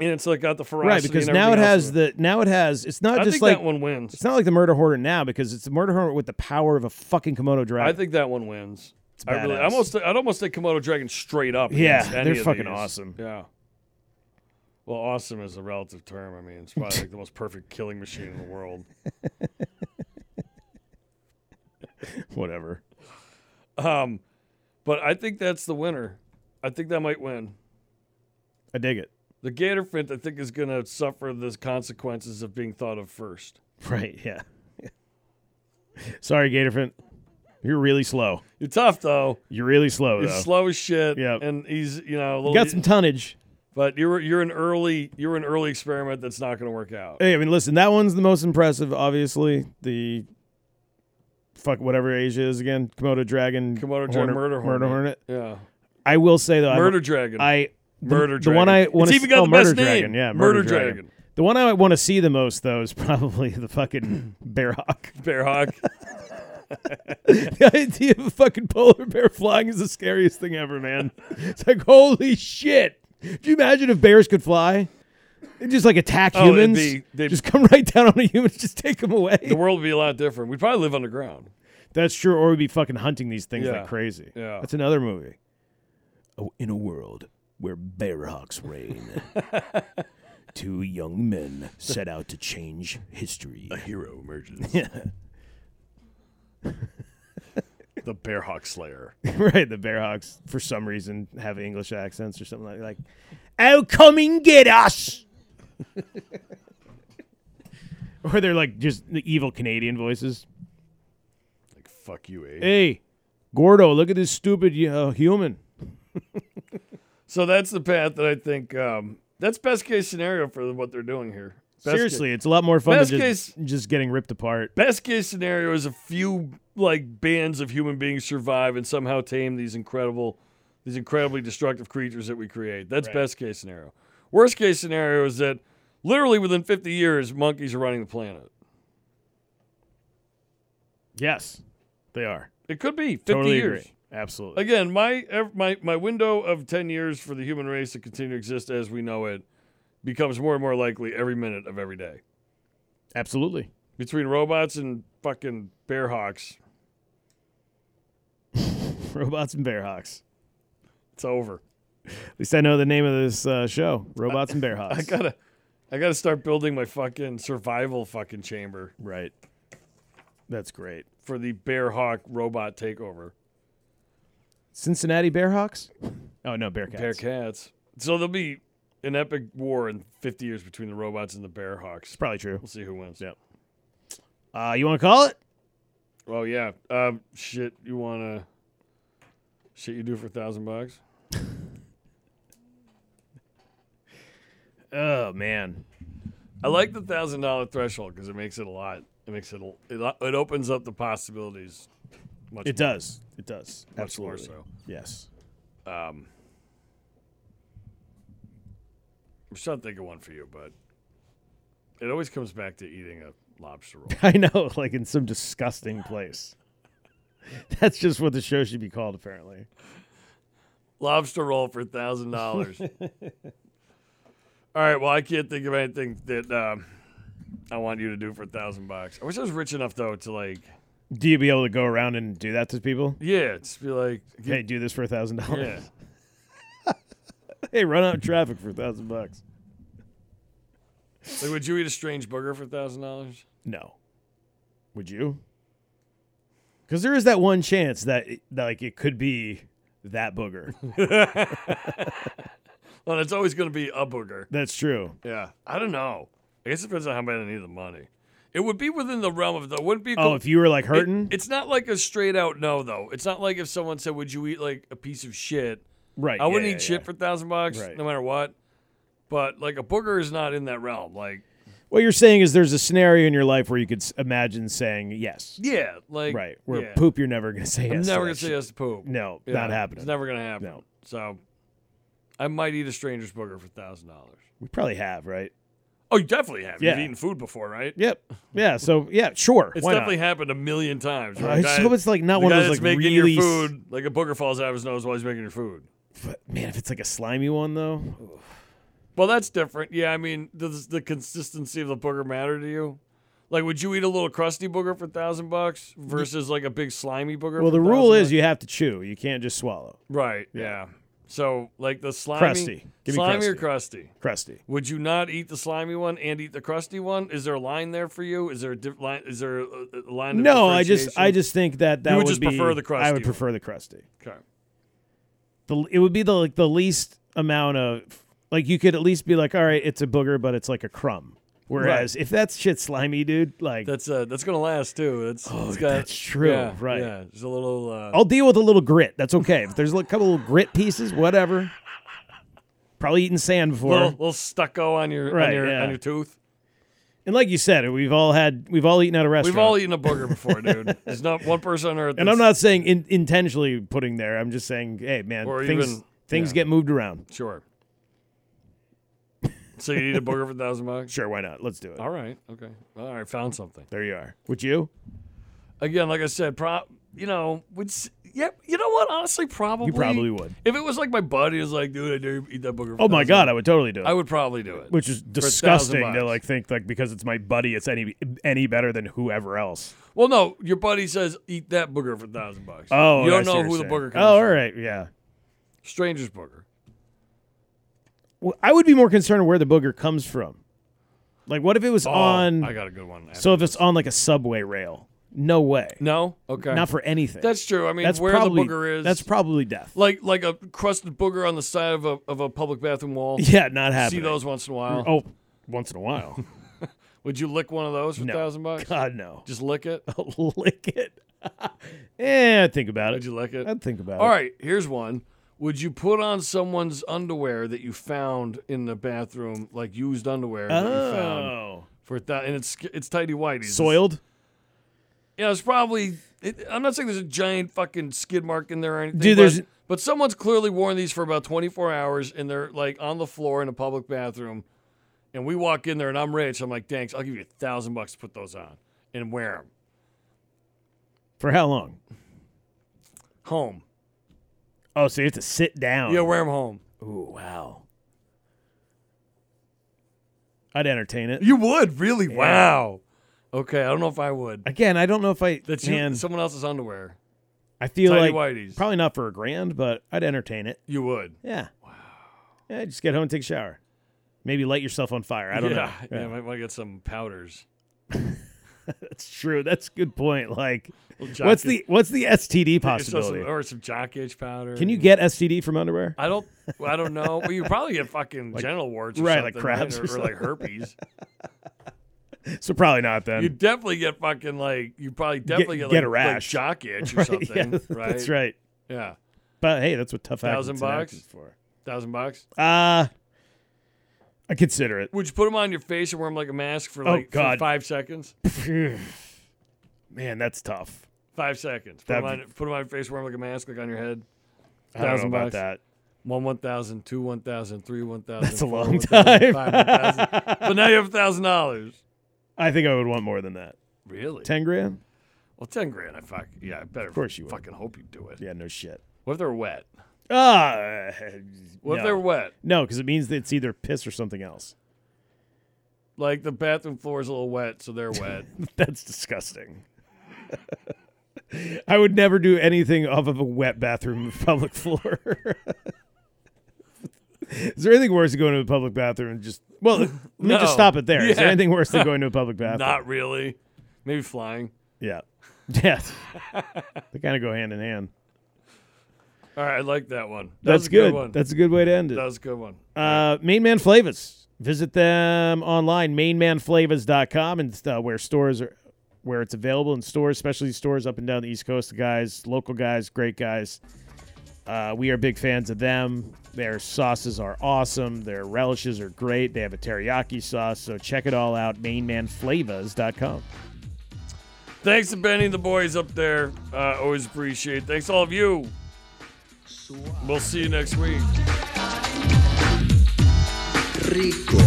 S4: and it's like got the ferocity.
S3: Right. Because now it has the now it has. It's not
S4: I
S3: just
S4: think
S3: like
S4: that one wins.
S3: it's not like the murder hornet now because it's the murder hornet with the power of a fucking Komodo dragon.
S4: I think that one wins. I really,
S3: badass.
S4: I almost, I'd almost say Komodo Dragon straight up.
S3: Yeah,
S4: against any
S3: they're
S4: of
S3: fucking
S4: these.
S3: awesome.
S4: Yeah. Well, awesome is a relative term. I mean, it's probably like the most perfect killing machine in the world.
S3: whatever.
S4: Um, but I think that's the winner. I think that might win.
S3: I dig it.
S4: The gator fin, I think, is going to suffer the consequences of being thought of first.
S3: Right. Yeah. Sorry, Gatorfin. You're really slow.
S4: You're tough though.
S3: You're really slow
S4: You're
S3: though.
S4: slow as shit.
S3: Yep.
S4: and he's you know a little,
S3: You got some tonnage.
S4: But you're you're an early you're an early experiment that's not going to work out.
S3: Hey, I mean, listen, that one's the most impressive. Obviously, the fuck whatever Asia is again, Komodo dragon,
S4: Komodo
S3: hornet-
S4: dragon, murder hornet.
S3: murder hornet.
S4: Yeah,
S3: I will say though,
S4: murder
S3: I,
S4: dragon.
S3: I the,
S4: Murder
S3: the one
S4: dragon.
S3: I
S4: It's
S3: want
S4: even got
S3: oh,
S4: the
S3: murder
S4: best name.
S3: dragon, yeah,
S4: Murder
S3: murder dragon.
S4: dragon.
S3: The one I want to see the most though is probably the fucking bear hawk.
S4: Bear hawk.
S3: the idea of a fucking polar bear flying is the scariest thing ever, man. It's like holy shit. Do you imagine if bears could fly? They just like attack
S4: Oh, it'd
S3: humans.
S4: be- they'd-
S3: just come right down on a human, and just take them away.
S4: the world would be a lot different. We'd probably live underground.
S3: That's true. Or we'd be fucking hunting these things
S4: Yeah.
S3: like crazy.
S4: Yeah.
S3: That's another movie.
S1: Oh, in a world where bear hawks reign, two young men set out to change history.
S4: Hero emerges. the Bearhawk Slayer.
S3: right, the Bearhawks for some reason have English accents or something like like, "Oh, come and get us," or they're like just the evil Canadian voices.
S4: Like fuck you, eh?
S3: Hey, Gordo, look at this stupid uh, human.
S4: So that's the path that I think. Um, that's best case scenario for what they're doing here. Best ca-
S3: Seriously, it's a lot more fun
S4: Best
S3: than just, just getting ripped apart.
S4: best case scenario is a few like bands of human beings survive and somehow tame these incredible these incredibly destructive creatures that we create that's best case scenario worst case scenario is that literally within 50 years monkeys are running the planet
S3: Yes, they are.
S4: it could be 50
S3: Totally
S4: years
S3: agree. Absolutely.
S4: again my ev- my my window of 10 years for the human race to continue to exist as we know it becomes more and more likely every minute of every day
S3: Absolutely.
S4: between robots and fucking bear hawks
S3: Robots and Bearhawks.
S4: it's over
S3: At least I know the name of this uh, show, Robots and
S4: I
S3: Bearhawks.
S4: gotta, I gotta start building my fucking survival fucking chamber
S3: right. That's great.
S4: for the bear hawk robot takeover.
S3: Cincinnati Bearhawks? Oh no, Bearcats.
S4: Bear cats. So there'll be an epic war in 50 years between the robots and the bear hawks.
S3: Probably true.
S4: We'll see who wins.
S3: Yep. Uh, you want to call it?
S4: Oh yeah. Um, shit. You wanna? Shit, you do for a thousand bucks?
S3: Oh man,
S4: I like the thousand dollar threshold because it makes it a lot. It makes it. A, it, it opens up the possibilities. Much
S3: it does. It does.
S4: Much
S3: Absolutely.
S4: more so.
S3: Yes.
S4: Um, I'm trying to think of one for you, but it always comes back to eating a lobster roll.
S3: I know, like in some disgusting place. That's just what the show should be called, apparently.
S4: lobster roll for thousand dollars. All right. Well, I can't think of anything that um, I want you to do for a thousand bucks. I wish I was rich enough though to like,
S3: Do you be able to go around and do that to people?
S4: yeah, just be like,
S3: Hey, do this for a thousand
S4: yeah,
S3: dollars. Hey, run out traffic for a thousand bucks.
S4: like, would you eat a strange burger for a thousand dollars?
S3: No. Would you? Because there is that one chance that, it- that like it could be that booger.
S4: Well, it's always going to be a burger.
S3: That's true.
S4: Yeah, I don't know. I guess it depends on how bad I need the money. It would be within the realm of the wouldn't be.
S3: Oh, if you were like
S4: It-
S3: hurting,
S4: it's not like a straight out no though. It's not like if someone said, "Would you eat like a piece of shit?"
S3: right?
S4: I wouldn't
S3: yeah, yeah,
S4: eat shit
S3: yeah.
S4: for a thousand bucks,
S3: Right.
S4: no matter what. But like a booger is not in that realm. Like
S3: What you're saying is there's a scenario in your life where you could s- imagine saying yes,
S4: yeah, like
S3: right? Where
S4: yeah.
S3: poop, you're never gonna say yes.
S4: I'm
S3: to
S4: never
S3: that
S4: gonna say
S3: shit.
S4: yes to poop.
S3: No,
S4: Yeah,
S3: not happening.
S4: It's never gonna happen.
S3: No.
S4: So I might eat a stranger's booger for thousand dollars.
S3: we probably have, right?
S4: Oh, you definitely have.
S3: Yeah.
S4: You've eaten food before, right?
S3: Yep. Yeah. So yeah, sure.
S4: It's
S3: why not?
S4: definitely happened a million times.
S3: Uh,
S4: right?
S3: I just
S4: Guy-
S3: hope it's like not
S4: the
S3: one
S4: guy
S3: of those
S4: that's
S3: like
S4: making
S3: really
S4: your
S3: s-
S4: food, like a booger falls out of his nose while he's making your food.
S3: but, man. If it's like a slimy one though,
S4: Well, that's different. Yeah, I mean, does the consistency of the booger matter to you? Like, would you eat a little crusty booger for a thousand bucks versus like a big slimy booger?
S3: well,
S4: for
S3: the rule
S4: 1,000
S3: is you have to chew. You can't just swallow.
S4: bucks? right. Yeah. So, like the slimy,
S3: Crusty. Give me
S4: slimy or crusty?
S3: Crusty.
S4: Would you not eat the slimy one and eat the crusty one? Is there a line there for you? Is there a diff- line? Is there a, a line? of
S3: No, I just
S4: differentiation?
S3: I just think that that
S4: would
S3: would
S4: just
S3: be-
S4: prefer the crusty
S3: I would
S4: one.
S3: prefer the crusty.
S4: Okay.
S3: the it would be the like the least amount of like you could at least be like, all right, it's a booger, but it's like a crumb. Whereas if that shit's slimy, dude, like
S4: That's uh, that's gonna last too. That's
S3: Oh,
S4: it's got,
S3: that's true,
S4: yeah,
S3: right. Oh,
S4: Yeah, there's a little. Uh,
S3: I'll deal with a little grit. That's okay. If there's a little- couple little grit pieces, whatever. Probably eaten sand before.
S4: little, little stucco on your on
S3: Right,
S4: your
S3: yeah.
S4: on your tooth.
S3: and like you said, we've all had we've all eaten at a restaurant.
S4: We've all eaten a burger before, dude. There's not one person on earth.
S3: and I'm
S4: that's-
S3: not saying in, intentionally putting there. I'm just saying, hey man,
S4: Or
S3: things
S4: even-
S3: things
S4: yeah.
S3: get moved around.
S4: sure. So you need a burger for a thousand bucks?
S3: Sure, why not? Let's do it.
S4: All right, okay, all right. Found something
S3: There you are. Would you?
S4: again. Like I said, pro. You know, would s- yeah. You know what? Honestly, probably
S3: You probably would.
S4: If it was like my buddy is like, dude, I dare you eat that burger. For
S3: Oh my
S4: $1,000."
S3: god, I would totally do it.
S4: I would probably do it.
S3: which is
S4: $1,000
S3: disgusting
S4: bucks.
S3: to like think like because it's my buddy, it's any any better than whoever else.
S4: Well, no, your buddy says eat that burger for a thousand bucks.
S3: Oh, I
S4: you don't
S3: see
S4: know
S3: what
S4: who
S3: you're
S4: the
S3: saying.
S4: burger comes.
S3: Oh, all
S4: from.
S3: right, yeah.
S4: Stranger's burger.
S3: Well, I would be more concerned where the booger comes from. Like, what if it was
S4: Oh,
S3: on?
S4: I got a good one.
S3: so if it's on like a subway rail, No way.
S4: No, okay,
S3: Not for anything.
S4: that's true. I mean,
S3: That's
S4: where
S3: probably,
S4: the booger is,
S3: That's probably death.
S4: like like a crusted booger on the side of a of a public bathroom wall.
S3: yeah, not
S4: See
S3: happening.
S4: those once in a while.
S3: Oh, once in a while.
S4: Would you lick one of those for a
S3: No.
S4: thousand bucks?
S3: God Oh. no.
S4: Just lick it.
S3: Lick it. eh, I'd think about
S4: Would
S3: it.
S4: you lick it?
S3: I'd think about
S4: All
S3: it.
S4: right, here's one. Would you put on someone's underwear that you found in the bathroom, like used underwear that you found
S3: Oh.
S4: for that? And it's it's tidy whitey
S3: Soiled?
S4: Yeah, it's probably. It, I'm not saying there's a giant fucking skid mark in there or anything.
S3: Dude,
S4: but,
S3: there's-
S4: but someone's clearly worn these for about 24 hours, and they're like on the floor in a public bathroom. And we walk in there, and I'm rich. I'm like, thanks. I'll give you a thousand bucks to put those on and wear them
S3: For how long?
S4: home.
S3: Oh, so you have to sit down.
S4: Yeah, wear them home.
S3: Ooh, wow. I'd entertain it.
S4: You would really? Wow. Okay, I don't know if I would.
S3: Again, I don't know if I
S4: That's you-
S3: man,
S4: someone else's underwear.
S3: I feel
S4: Tidy
S3: like
S4: whities.
S3: probably not for a grand, but I'd entertain it.
S4: You would.
S3: Yeah. Wow. Yeah, just get home and take a shower. Maybe light yourself on fire. I don't
S4: yeah,
S3: know.
S4: Yeah, might want to get some powders.
S3: That's true. That's a good point. Like
S4: Little jock
S3: what's
S4: itch-
S3: the what's the STD
S4: get yourself some-
S3: possibility?
S4: or some jock itch powder?
S3: Can you get STD from underwear?
S4: I don't. I don't know. Well, you probably get fucking genital warts, or
S3: right,
S4: something,
S3: like crabs
S4: or,
S3: or
S4: or like herpes.
S3: So probably not then.
S4: You definitely get fucking like. You probably definitely get,
S3: get a
S4: like, like
S3: rash.
S4: jock itch or
S3: Right,
S4: something.
S3: yeah,
S4: right.
S3: That's right.
S4: Yeah.
S3: But hey, that's what tough
S4: Thousand
S3: actors
S4: bucks?
S3: is for.
S4: Thousand bucks.
S3: Uh I consider it.
S4: Would you put them on your face and wear them like a mask for
S3: Oh,
S4: like for
S3: God.
S4: five seconds?
S3: Man, that's tough.
S4: Five seconds. Put them, on,
S3: That'd
S4: put 'em on your face, wear them like a mask, like on your head.
S3: I don't know
S4: Thousand
S3: about
S4: bucks.
S3: that.
S4: One one thousand, two one thousand, three one thousand.
S3: That's a
S4: four
S3: long
S4: 1,000,
S3: time.
S4: five 1,000. but now you have a thousand dollars.
S3: I think I would want more than that.
S4: Really?
S3: Ten grand?
S4: Well, ten grand. I fuck. Yeah, I better. Of
S3: course you would.
S4: fucking hope you do it.
S3: Yeah, no shit.
S4: What if they're wet?
S3: Ah, no.
S4: What if they're wet?
S3: no, because it means that it's either piss or something else.
S4: Like the bathroom floor is a little wet, so they're wet.
S3: That's disgusting. I would never do anything off of a wet bathroom public floor. Is there anything worse than going to a public bathroom and just well, let me
S4: No.
S3: just stop it there. Is there
S4: Yeah.
S3: anything worse than going to a public bathroom?
S4: Not really. Maybe flying.
S3: yeah. Yeah. they kind of go hand in hand.
S4: All right, I like that one. That
S3: That's
S4: was a
S3: good.
S4: one.
S3: That's a good way to end it.
S4: that was a good one.
S3: Uh, Main Man Flavas. Visit them online, mainmanflavas.com, and uh, where stores are, where it's available in stores, specialty stores up and down the East Coast. The guys, local guys, great guys. Uh, we are big fans of them. Their sauces are awesome. Their relishes are great. They have a teriyaki sauce, so check it all out, mainmanflavas.com.
S4: Thanks to Benny and the boys up there. Uh, always appreciate. it. Thanks to all of you. We'll see you next week.
S2: rico,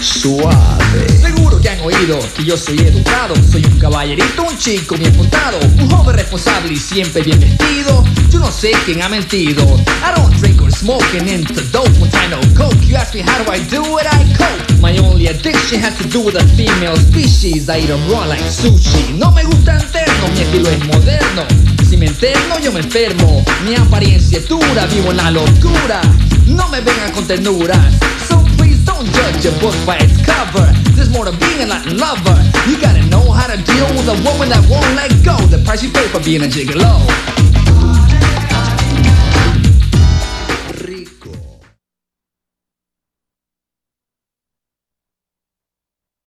S2: suave. Seguro que han oído que yo soy educado, soy un caballerito, un chico bien portado, un joven responsable y siempre bien vestido. Yo no sé quién ha mentido. I don't drink or smoke and into dope with I know coke. You ask me how do I do it, I cope. My only addiction has to do with a female species. I eat 'em raw like sushi. No me gusta interno, mi estilo es moderno. Si me enfermo, yo me enfermo. Mi apariencia es dura, vivo en la locura. No me vengan con ternuras. So please don't judge a book by its cover. There's more to being a Latin lover. You gotta know how to deal with a woman that won't let go. The price you pay for being a gigolo.